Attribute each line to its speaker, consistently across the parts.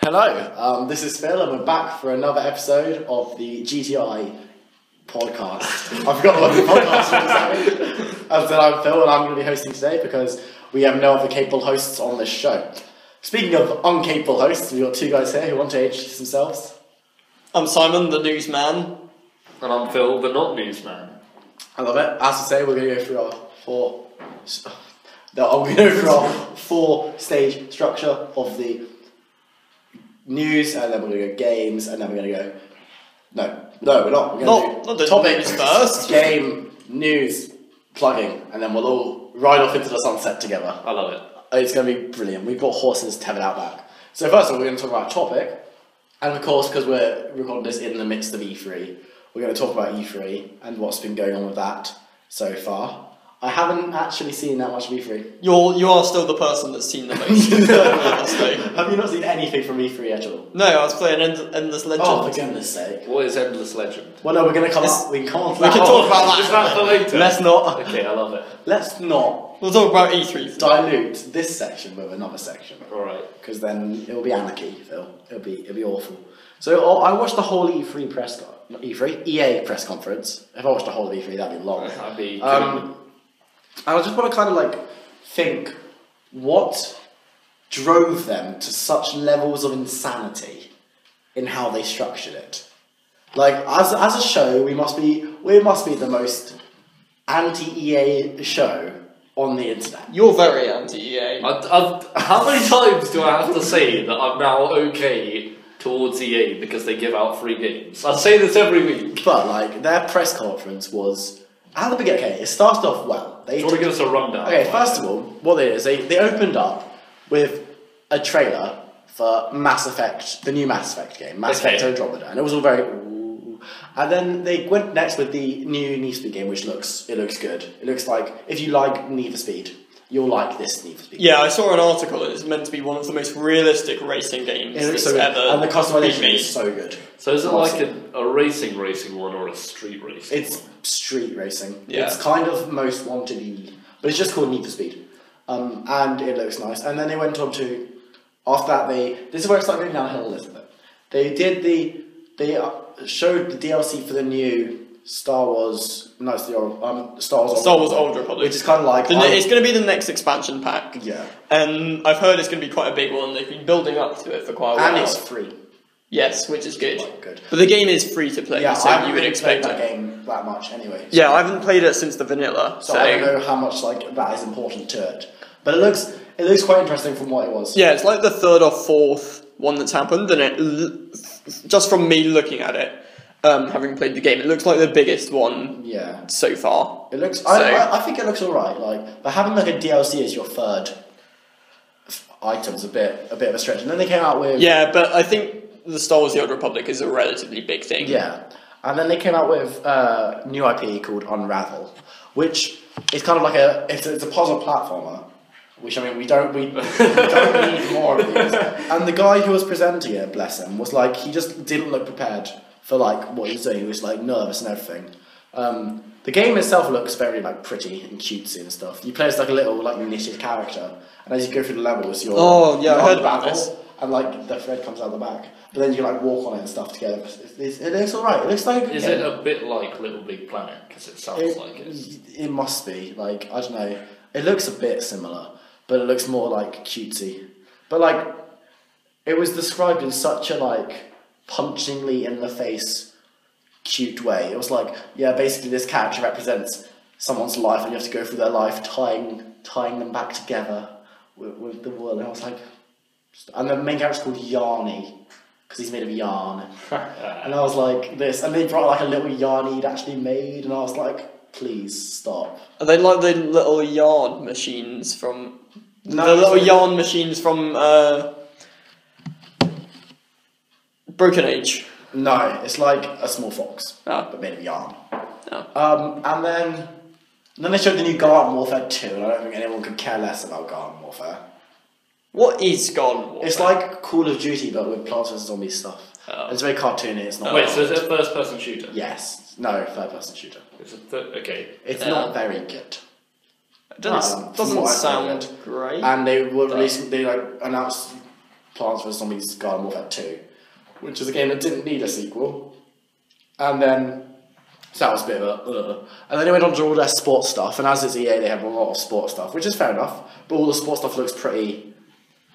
Speaker 1: Hello, um, this is Phil, and we're back for another episode of the GTI podcast. I forgot what the podcast was. sorry. As I said, I'm Phil, and I'm going to be hosting today because we have no other capable hosts on this show. Speaking of uncapable hosts, we've got two guys here who want to introduce themselves.
Speaker 2: I'm Simon, the newsman.
Speaker 3: And I'm Phil, the not newsman.
Speaker 1: I love it. As I say, we're going to go through our four. No, I'm going to go through our four-stage structure of the news, and then we're going to go games, and then we're going to go. No, no, we're not. We're going
Speaker 2: Not-
Speaker 1: to
Speaker 2: not
Speaker 1: do
Speaker 2: the
Speaker 1: topics
Speaker 2: news first.
Speaker 1: game, news, plugging, and then we'll all ride off into the sunset together.
Speaker 3: I love it.
Speaker 1: Uh, It's going to be brilliant. We've got horses tethered out back. So first of all, we're going to talk about topic, and of course, because we're recording this in the midst of E3, we're going to talk about E3 and what's been going on with that so far. I haven't actually seen that much of E E3.
Speaker 2: You're you are still the person that's seen the most. honestly.
Speaker 1: Have you not seen anything from E3 at all?
Speaker 2: No, I was playing End- Endless Legend.
Speaker 1: Oh, for goodness sake.
Speaker 3: What is Endless Legend?
Speaker 1: Well, no, we're going to come
Speaker 2: It's-
Speaker 1: up. We can come on to
Speaker 2: we
Speaker 1: Oh, that.
Speaker 2: can talk about
Speaker 3: Is that for later?
Speaker 2: Let's not.
Speaker 3: Okay, I love it.
Speaker 1: Let's not
Speaker 2: We'll talk about E E3.
Speaker 1: dilute this section with another section
Speaker 3: Alright.
Speaker 1: because then it'll be anarchy, Phil. It'll be it'll be awful. So oh, I watched the whole E3 press co- not E E3 EA press conference. If I watched the whole of E3, that'd be long.
Speaker 3: I'd be
Speaker 1: Um, and I just want to kind of like think what drove them to such levels of insanity in how they structured it. Like as as a show, we must be we must be the most anti EA show on the internet.
Speaker 2: You're very anti EA.
Speaker 3: I'd, I'd, how many times do I have to say that I'm now okay towards EA because they give out free games? I say this every week.
Speaker 1: But like their press conference was at the beginning. Okay, it started off well. They
Speaker 3: Do you want to give us a rundown?
Speaker 1: Okay, first of all, what they did is they, they opened up with a trailer for Mass Effect, the new Mass Effect game, Mass
Speaker 3: Okay.
Speaker 1: Effect Andromeda, and it was all very. "Ooh." And then they went next with the new Need for Speed game, which looks it looks good. It looks like if you like Need for Speed, you'll like this Need for Speed.
Speaker 2: Yeah, I saw an article. It's meant to be one of the most realistic racing games
Speaker 1: It looks
Speaker 2: that's
Speaker 1: so good,
Speaker 2: ever
Speaker 1: and the
Speaker 2: been
Speaker 1: customization
Speaker 2: made.
Speaker 1: is so good.
Speaker 3: So is it
Speaker 1: Awesome.
Speaker 3: like a, a racing racing one or a street racing
Speaker 1: It's street racing.
Speaker 2: Yeah.
Speaker 1: It's kind of most wanted y, but it's just called Need for Speed. Um, and it looks nice. And then they went on to, after that, they. This is where it started going downhill a little bit. They did the. They uh, showed the DLC for the new Star Wars. No, it's the old. Um, Star Wars.
Speaker 2: Star Wars Old Republic.
Speaker 1: Which is kind of like.
Speaker 2: The ne-
Speaker 1: I-
Speaker 2: it's going to be the next expansion pack.
Speaker 1: yeah.
Speaker 2: Um, I've heard it's going to be quite a big one. They've been building up to it for quite a while.
Speaker 1: And it's free.
Speaker 2: yes, which is good.
Speaker 1: Quite good.
Speaker 2: But the game is free to play,
Speaker 1: Yeah,
Speaker 2: so
Speaker 1: I
Speaker 2: you
Speaker 1: haven't
Speaker 2: would
Speaker 1: really
Speaker 2: expect
Speaker 1: played
Speaker 2: it.
Speaker 1: that game that much anyway.
Speaker 2: Yeah, I haven't played it since the vanilla, so,
Speaker 1: So I don't know how much like that is important to it, but it looks it looks quite interesting from what it was.
Speaker 2: yeah, it's like the third or fourth one that's happened, and it l- just from me looking at it, um, having played the game, it looks like the biggest one
Speaker 1: Yeah.
Speaker 2: so far.
Speaker 1: It looks.
Speaker 2: So-
Speaker 1: I, I, I think it looks all right. Like, but having like a DLC as your third f- item's a bit a bit of a stretch. And then they came out with
Speaker 2: Yeah, but I think the Star Wars: The Old Republic is a relatively big thing.
Speaker 1: yeah, and then they came out with uh, new IP called Unravel, which is kind of like a it's a, it's a puzzle platformer. Which I mean, we don't we, we don't need more of these. And the guy who was presenting it, bless him, was like he just didn't look prepared for like what he was doing. He was like nervous and everything. Um, the game itself looks very like pretty and cutesy and stuff. You play as like a little like knitted character, and as you go through the levels, you're
Speaker 2: Oh, yeah, I
Speaker 1: you're
Speaker 2: heard
Speaker 1: on
Speaker 2: about
Speaker 1: the
Speaker 2: this.
Speaker 1: and like the thread comes out the back. But then you can like walk on it and stuff together. It's, it's, it looks alright. It looks like a good
Speaker 3: Is
Speaker 1: game.
Speaker 3: it a bit like Little Big Planet? Because it sounds
Speaker 1: It-
Speaker 3: like it.
Speaker 1: It must be like I don't know. It looks a bit similar, but it looks more like cutesy. But like, it was described in such a like punchingly in the face, cute way. It was like, yeah, basically this character represents someone's life, and you have to go through their life tying tying them back together with, with the world. And I was like, and the main character's called Yarny because he's made of yarn. And I was like, this. And they brought like a little yarn he'd actually made, and I was like, please stop.
Speaker 2: Are they like the little yarn machines from
Speaker 1: No,
Speaker 2: the little
Speaker 1: it's-
Speaker 2: yarn machines from uh, Broken Age?
Speaker 1: No, it's like a small fox,
Speaker 2: Ah.
Speaker 1: but made of yarn.
Speaker 2: No.
Speaker 1: Um, and then, and then they showed the new Garden Warfare 2, and I don't think anyone could care less about Garden Warfare.
Speaker 2: What is Gone? Warfare?
Speaker 1: It's like Call of Duty, but with Plants vs. Zombie stuff.
Speaker 3: Oh.
Speaker 1: It's very cartoony, it's not.
Speaker 3: Wait, so is it a first person shooter?
Speaker 1: Yes. No, third person shooter.
Speaker 3: It's a th- okay.
Speaker 1: It's
Speaker 2: Yeah.
Speaker 1: not very good.
Speaker 2: It doesn't,
Speaker 1: Um, from
Speaker 2: doesn't
Speaker 1: what I've
Speaker 2: sound
Speaker 1: heard.
Speaker 2: great.
Speaker 1: And they were releasing, they like announced Plants vs Zombies Garden Warfare Two, which is a game that didn't need a sequel, and then so that was a bit of a. Ugh. And then it went on to all their sports stuff, and as it's EA, they have a lot of sports stuff, which is fair enough. But all the sports stuff looks pretty,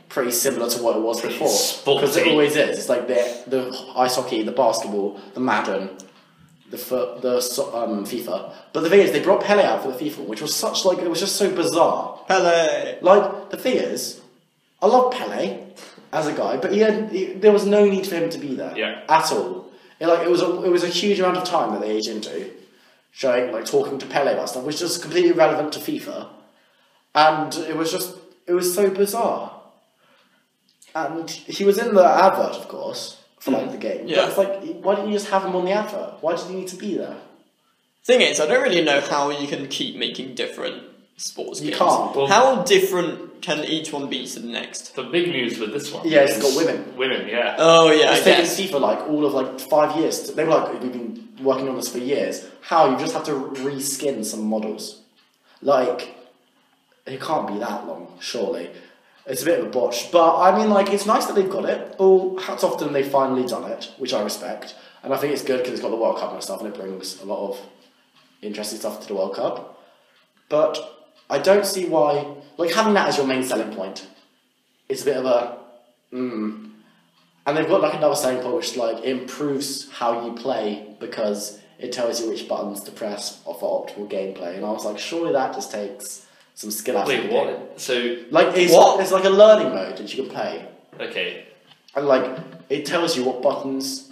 Speaker 1: pretty similar to what it was before, because it
Speaker 3: sporty.
Speaker 1: always is. It's like the the ice hockey, the basketball, the Madden, the fo- the so- um, FIFA. But the thing is, they brought Pele out for the FIFA, which was such like it was just so bizarre.
Speaker 2: Pele.
Speaker 1: Like the thing is, I love Pele as a guy, but he had, he- there was no need for him to be there
Speaker 3: Yeah.
Speaker 1: at all. It, like it was a, it was a huge amount of time that they aged into, showing like talking to Pele about stuff, which is completely relevant to FIFA, and it was just it was so bizarre. And he was in the advert, of course, for like the game.
Speaker 2: Yeah.
Speaker 1: But it's like, why didn't you just have him on the advert? Why did he need to be there?
Speaker 2: Thing is, I don't really know how you can keep making different sports
Speaker 1: You
Speaker 2: games.
Speaker 1: can't.
Speaker 3: Well-
Speaker 2: how different can each one be to the next?
Speaker 3: The big news with this one.
Speaker 1: Yeah, it's
Speaker 3: is
Speaker 1: got women.
Speaker 3: Women, yeah.
Speaker 2: Oh yeah, I
Speaker 1: It's taken
Speaker 2: guess.
Speaker 1: FIFA like all of like five years. They were like, we've been working on this for years. How you just have to reskin some models? Like, it can't be that long, surely. It's a bit of a botch, but I mean, like, it's nice that they've got it. All hats off to them. They've finally done it, which I respect, and I think it's good because it's got the World Cup and stuff, and it brings a lot of interesting stuff to the World Cup. But I don't see why, like, having that as your main selling point is a bit of a mm. and they've got like another selling point which like improves how you play because it tells you which buttons to press for optimal gameplay. And I was like, surely that just takes some skill out of
Speaker 3: Wait,
Speaker 1: the game.
Speaker 3: what? So,
Speaker 1: Like it's
Speaker 2: What?
Speaker 1: it's like a learning mode that you can play.
Speaker 3: okay.
Speaker 1: And like it tells you what buttons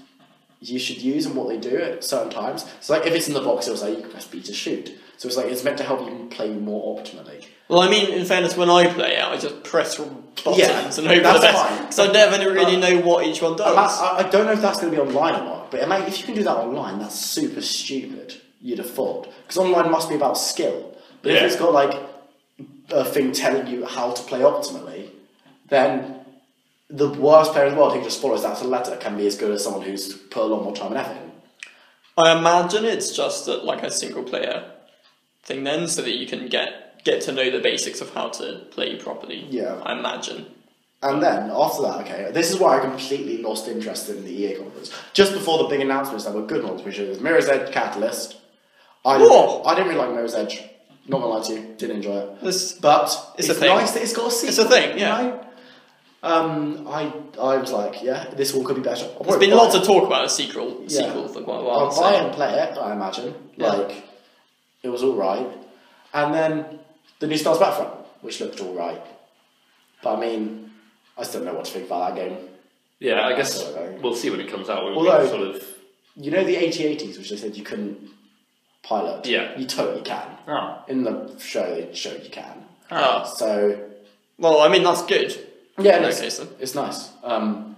Speaker 1: you should use and what they do at certain times. So like if it's in the box it'll say you can press B to shoot. So it's like it's meant to help you play more optimally.
Speaker 2: Well, I mean, in fairness, when I play out, I just press buttons and hope for
Speaker 1: that's
Speaker 2: the best
Speaker 1: fine.
Speaker 2: because I never really know what each one
Speaker 1: And that's-
Speaker 2: does.
Speaker 1: I, I don't know if that's going to be online or not, but it may, if you can do that online, that's super stupid, you'd have thought. Because online must be about skill. But if
Speaker 3: Yeah.
Speaker 1: it's got like a thing telling you how to play optimally, then the worst player in the world who just follows that to the letter can be as good as someone who's put a lot more time and effort in.
Speaker 2: I imagine it's just that, like a single player thing, then, so that you can get get to know the basics of how to play properly.
Speaker 1: Yeah.
Speaker 2: I imagine.
Speaker 1: And then after that, okay, this is why I completely lost interest in the EA conference. Just before the big announcements that were good ones, which is Mirror's Edge Catalyst. I
Speaker 2: Whoa.
Speaker 1: didn't, I didn't really like Mirror's Edge. Not gonna lie to you, didn't enjoy it.
Speaker 2: This
Speaker 1: But it's,
Speaker 2: It's a thing.
Speaker 1: nice that it's got a sequel.
Speaker 2: a thing, yeah.
Speaker 1: you know? Um, I I was like, yeah, this all could be better. I'll
Speaker 2: there's
Speaker 1: probably
Speaker 2: been
Speaker 1: buy
Speaker 2: lots
Speaker 1: it.
Speaker 2: of talk about a sequel
Speaker 1: Yeah.
Speaker 2: sequel for quite a while.
Speaker 1: I'll buy
Speaker 2: so-
Speaker 1: and play it. I imagine
Speaker 2: Yeah.
Speaker 1: like it was all right, and then the new Stars Battlefront, which looked all right, but I mean, I still don't know what to think about that game.
Speaker 3: Yeah, I guess
Speaker 1: Although-
Speaker 3: we'll see when it comes out. We'll
Speaker 1: Although-
Speaker 3: sort of.
Speaker 1: You know the AT-80s, which they said you couldn't pilot.
Speaker 3: Yeah.
Speaker 1: you totally can.
Speaker 3: Oh.
Speaker 1: In the show, they showed you can.
Speaker 2: Ah,
Speaker 1: So
Speaker 2: well, I mean that's good.
Speaker 1: Yeah,
Speaker 2: In
Speaker 1: no,
Speaker 2: that
Speaker 1: it's,
Speaker 2: case, then.
Speaker 1: it's nice. Um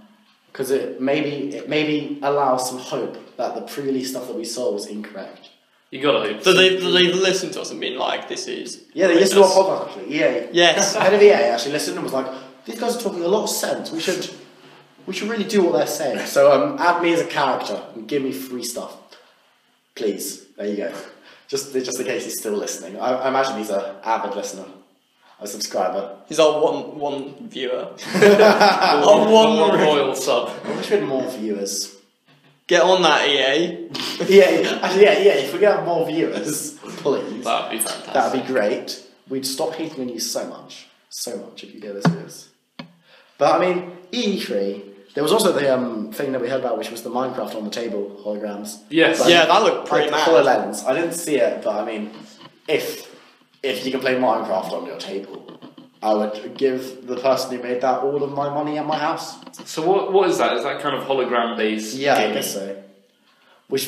Speaker 1: 'cause because it maybe it maybe allows some hope that the pre-release stuff that we saw was incorrect.
Speaker 3: You gotta hope.
Speaker 2: So they've, they've listened to us and been like, this is.
Speaker 1: Yeah, they
Speaker 2: horrendous.
Speaker 1: listened to our podcast actually. EA.
Speaker 2: Yes.
Speaker 1: head of EA actually listened and was like, "These guys are talking a lot of sense. We should, we should really do what they're saying." So um, add me as a character and give me free stuff, please. There you go. Just just in case he's still listening. I, I imagine he's a avid listener, a subscriber.
Speaker 2: He's our one one viewer. our one,
Speaker 3: one
Speaker 2: re-
Speaker 3: royal sub.
Speaker 1: I wish we had more viewers.
Speaker 2: Get on that, E EA.
Speaker 1: Yeah, actually, yeah, yeah. If we get more viewers, please,
Speaker 3: That'd be fantastic.
Speaker 1: that'd be great. We'd stop hating on you so much, so much if you get this viewers. But I mean, E three. There was also the um, thing that we heard about, which was the Minecraft on the table holograms.
Speaker 3: Yes.
Speaker 1: But,
Speaker 2: Yeah, that looked pretty
Speaker 1: like,
Speaker 2: mad.
Speaker 1: full of lens. I didn't see it, but I mean, if if you can play Minecraft on your table, I would give the person who made that all of my money and my house.
Speaker 3: So what what is that? Is that kind of hologram based?
Speaker 1: Yeah, I guess so. Which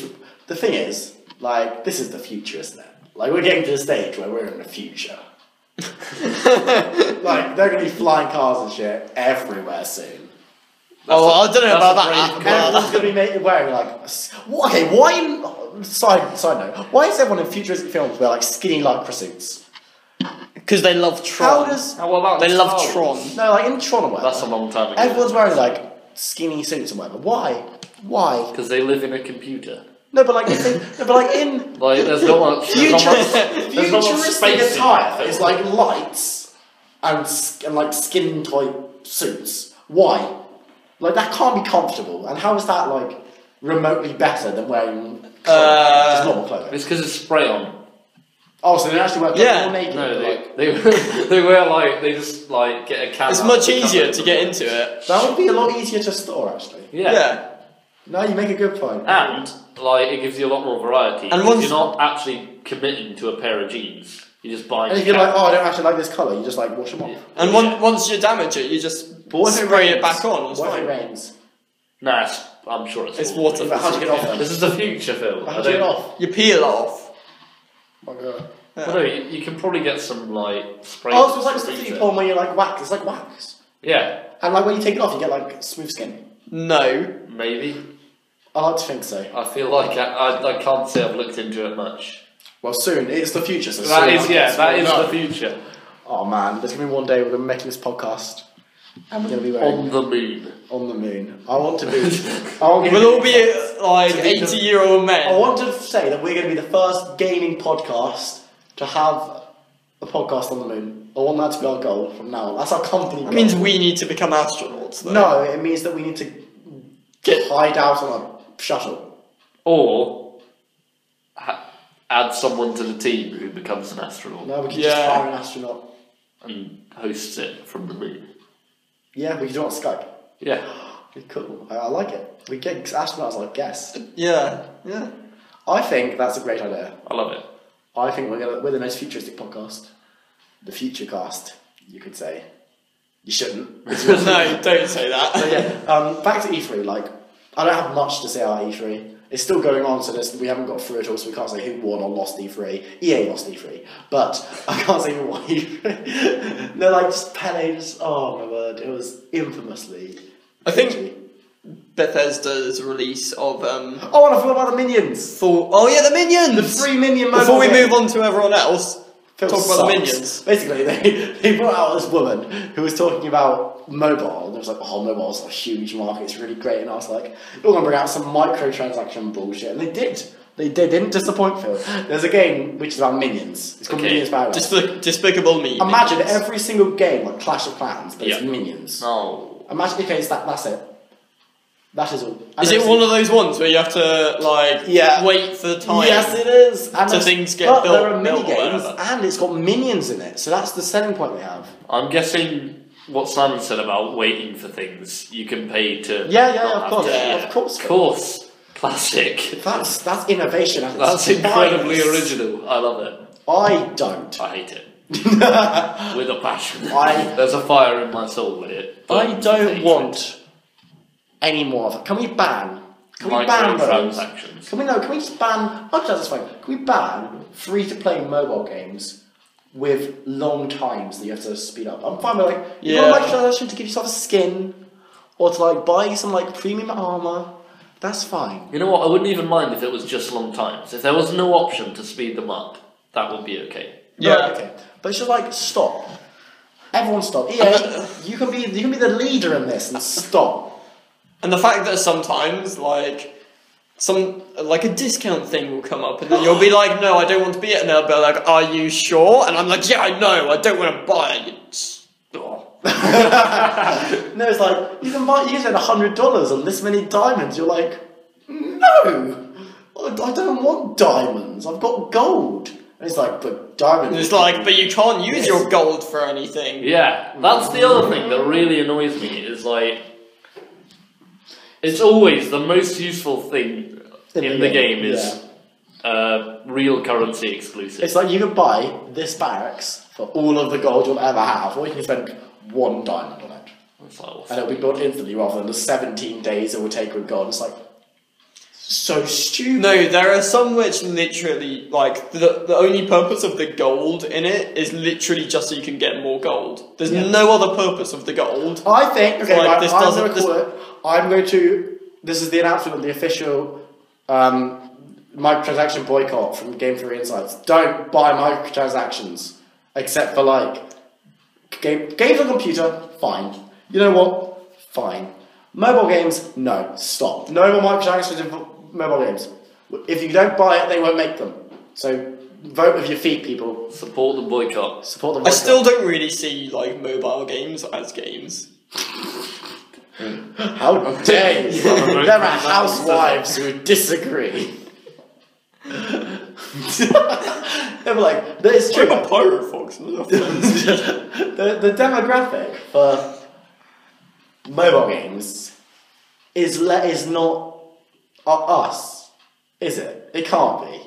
Speaker 1: the thing is, like, this is the future, isn't it? Like, we're getting to the stage where we're in the future. like, they're gonna be flying cars and shit everywhere soon.
Speaker 2: oh, I don't know
Speaker 3: that's
Speaker 2: about
Speaker 3: a
Speaker 2: that.
Speaker 3: brave
Speaker 2: About
Speaker 1: Everyone's gonna be ma- wearing like, a s- Wha- okay, why? In, side side note, why is everyone in futuristic films wear like skinny like pursuits?
Speaker 2: Because they love
Speaker 1: How
Speaker 2: Tron.
Speaker 1: does
Speaker 3: Oh, well, that
Speaker 2: they
Speaker 3: was
Speaker 2: love
Speaker 3: Star
Speaker 2: Tron.
Speaker 3: Wars.
Speaker 1: no like in Tron or whatever,
Speaker 3: That's a long time ago.
Speaker 1: everyone's wearing like skinny suits and whatever. Why? Why?
Speaker 3: because they live in a computer.
Speaker 1: No, but like, if they, no, but like in
Speaker 3: Like there's not much. There's not much, there's not much
Speaker 1: futuristic
Speaker 3: space in
Speaker 1: attire
Speaker 3: that
Speaker 1: is
Speaker 3: film.
Speaker 1: like lights and, s- and like skin tight suits Why? Like that can't be comfortable. And how is that like remotely better than wearing clothing,
Speaker 2: Uh,
Speaker 1: just normal clothing?
Speaker 3: It's because it's spray on.
Speaker 1: Oh, so they actually wear
Speaker 2: Yeah.
Speaker 1: all naked.
Speaker 3: No,
Speaker 1: like,
Speaker 3: they, they, they wear like, they just like get a camera.
Speaker 2: It's much easier to get into it.
Speaker 1: that would be a lot easier to store actually.
Speaker 3: Yeah.
Speaker 2: Yeah.
Speaker 1: No, you make a good point.
Speaker 3: And like it gives you a lot more variety.
Speaker 2: And
Speaker 3: And
Speaker 2: once-
Speaker 3: you're not actually committing to a pair of jeans. You just buy.
Speaker 1: And if you're like, oh, I don't actually like this color, you just like wash them off.
Speaker 2: oh, And
Speaker 3: one.
Speaker 2: on- once you damage it, you just
Speaker 1: But what if
Speaker 2: spray it
Speaker 1: rains?
Speaker 2: back on. It's
Speaker 1: What if it
Speaker 2: fine.
Speaker 1: rains?
Speaker 3: Nah, it's, I'm sure it's.
Speaker 2: It's
Speaker 3: all-
Speaker 2: water.
Speaker 1: But how do you get off them?
Speaker 3: This is the future, Phil.
Speaker 1: How do
Speaker 3: I
Speaker 1: you get
Speaker 3: don't.
Speaker 1: off?
Speaker 2: You peel it off.
Speaker 1: Oh my god.
Speaker 3: I don't know, you, you can probably get some like spray.
Speaker 1: Oh, so it's like
Speaker 3: spray
Speaker 1: stuff that you
Speaker 3: it.
Speaker 1: put on when you like wax. It's like wax.
Speaker 3: Yeah,
Speaker 1: And like when you take it off, you get like smooth skin.
Speaker 2: No.
Speaker 3: maybe.
Speaker 1: I like to think so.
Speaker 3: I feel like I, I, I can't say I've looked into it much.
Speaker 1: Well, soon it's the future. So
Speaker 3: That
Speaker 1: soon
Speaker 3: is
Speaker 1: I
Speaker 3: yeah,
Speaker 1: guess
Speaker 3: that
Speaker 1: we'll
Speaker 3: is
Speaker 1: know.
Speaker 3: the future.
Speaker 1: Oh man, there's gonna be one day we're gonna be making this podcast. And we're gonna be wearing
Speaker 3: On the moon.
Speaker 1: on the moon. I want to be. I want to
Speaker 2: We'll all be uh,
Speaker 1: To
Speaker 2: like
Speaker 1: be the- Oh,
Speaker 2: 80 year old
Speaker 1: I
Speaker 2: men.
Speaker 1: want to say that we're gonna be the first gaming podcast to have a podcast on the moon. I want that to be our goal from now on. That's our company.
Speaker 2: That
Speaker 1: goal.
Speaker 2: means we need to become astronauts, though.
Speaker 1: no. It means that we need to
Speaker 2: Get-
Speaker 1: hide out on a shuttle.
Speaker 3: Or ha- add someone to the team who becomes an astronaut
Speaker 1: No, we can just
Speaker 2: Yeah.
Speaker 1: hire an astronaut.
Speaker 3: and hosts it from the moon.
Speaker 1: Yeah, we can do it on Skype.
Speaker 3: Yeah.
Speaker 1: Be cool. I, I like it. We get astronauts like guests.
Speaker 2: Yeah. Yeah.
Speaker 1: I think that's a great idea.
Speaker 3: I love it.
Speaker 1: I think we're, gonna, we're the most futuristic podcast. The future cast, you could say. You shouldn't.
Speaker 2: no, don't say
Speaker 1: But
Speaker 2: that.
Speaker 1: yeah, um, back to E3. Like, I don't have much to say about E3. It's still going on, so this, we haven't got through it all, so we can't say who won or lost E E3. EA lost E3, but I can't say who won E3. no, like just Pele. Just, oh my word, it was infamously.
Speaker 2: I think-
Speaker 1: cringy.
Speaker 2: Bethesda's release of. um.
Speaker 1: Oh, and I forgot about the minions.
Speaker 2: Thor- oh, yeah, the minions!
Speaker 1: The free minion.
Speaker 2: Before we
Speaker 1: mobile game.
Speaker 2: move on to everyone else,
Speaker 1: Phil
Speaker 2: talk about
Speaker 1: sucks.
Speaker 2: the minions.
Speaker 1: Basically, they, they brought out this woman who was talking about mobile, and it was like, oh, mobile's a huge market, it's really great. And I was like, you're going to bring out some microtransaction bullshit. And they did. They, they didn't disappoint Phil. There's a game which is about minions. It's called
Speaker 3: Okay.
Speaker 1: Minions Battle.
Speaker 2: Despic- Despicable Me.
Speaker 1: Imagine every single game like Clash of Clans, but it's
Speaker 3: Yeah.
Speaker 1: minions.
Speaker 3: No.
Speaker 1: Imagine, okay, it's that, that's it. That is all. And
Speaker 2: Is it
Speaker 1: it's-
Speaker 2: one of those ones where you have to like
Speaker 1: Yeah.
Speaker 2: wait for the time?
Speaker 1: Yes, it is. And
Speaker 2: So
Speaker 1: it's-
Speaker 2: things get
Speaker 1: but
Speaker 2: built-
Speaker 1: There are mini
Speaker 2: built or
Speaker 1: games,
Speaker 2: whatever.
Speaker 1: and it's got minions in it, so that's the selling point they have.
Speaker 3: I'm guessing what Simon said about waiting for things you can pay to.
Speaker 1: Yeah, yeah,
Speaker 3: not
Speaker 1: of
Speaker 3: have
Speaker 1: course,
Speaker 3: to-
Speaker 2: yeah,
Speaker 1: of course.
Speaker 3: Of course. Classic.
Speaker 1: That's that's innovation. at its
Speaker 3: That's incredibly
Speaker 1: finest.
Speaker 3: original. I love it.
Speaker 1: I don't.
Speaker 3: I hate it. With a passion.
Speaker 1: I-
Speaker 3: There's a fire in my soul with it. but
Speaker 1: I don't
Speaker 3: hatred.
Speaker 1: want any more of it. Can we ban? Can we ban those?
Speaker 3: microtransactions.
Speaker 1: Can we no? Can we just ban? I'll just this way. Can we ban free to play mobile games with long times that you have to speed up? I'm fine with like you
Speaker 2: Yeah.
Speaker 1: want a microtransaction to give yourself a skin or to like buy some like premium armor. That's fine.
Speaker 3: You know what? I wouldn't even mind if it was just long times. If there was no option to speed them up, that would be okay.
Speaker 2: Yeah.
Speaker 1: Right, okay. But it's just like stop. Everyone stop. EA, you can be you can be the leader in this and stop.
Speaker 2: And the fact that sometimes like some like a discount thing will come up and then you'll be like, no, I don't want to be at and they'll be like, are you sure? And I'm like, yeah, I know, I don't want to buy it. It's- oh.
Speaker 1: No, it's like you can buy. You can spend hundred dollars on this many diamonds. You're like, no, I, I don't want diamonds. I've got gold. And it's like, but diamonds.
Speaker 2: And it's like, but you can't
Speaker 1: Yes.
Speaker 2: use your gold for anything.
Speaker 3: Yeah, that's the other thing that really annoys me is like, it's always the most useful thing in, the, game, is uh, real currency exclusive.
Speaker 1: it's like you can buy this barracks for all of the gold you'll ever have, or you can spend one diamond on it,
Speaker 3: It's like, what's
Speaker 1: and it'll be built instantly rather than the seventeen days it will take with gold. It's like so stupid.
Speaker 2: No, there are some which literally like the the only purpose of the gold in it is literally just so you can get more gold. There's
Speaker 1: Yeah. Oh,
Speaker 2: no other purpose of the gold.
Speaker 1: I think okay,
Speaker 2: Like,
Speaker 1: right,
Speaker 2: this
Speaker 1: I'm
Speaker 2: doesn't-
Speaker 1: going to call it. I'm going to. This is the announcement of the official um, microtransaction boycott from Game Theory Insights. Don't buy microtransactions except for like game games on computer. Fine. You know what? Fine. Mobile games. No. Stop. No more microtransactions in mobile games. If you don't buy it, they won't make them. So vote with your feet, people.
Speaker 3: Support the boycott.
Speaker 1: Support the.
Speaker 2: I
Speaker 1: boycott.
Speaker 2: still don't really see like mobile games as games.
Speaker 1: How dare you?
Speaker 3: Yeah.
Speaker 1: there are housewives who disagree. they were like, that is true.
Speaker 2: I'm a pirate fox.
Speaker 1: the, the demographic for mobile games is le- is not uh, us, is it? It can't be.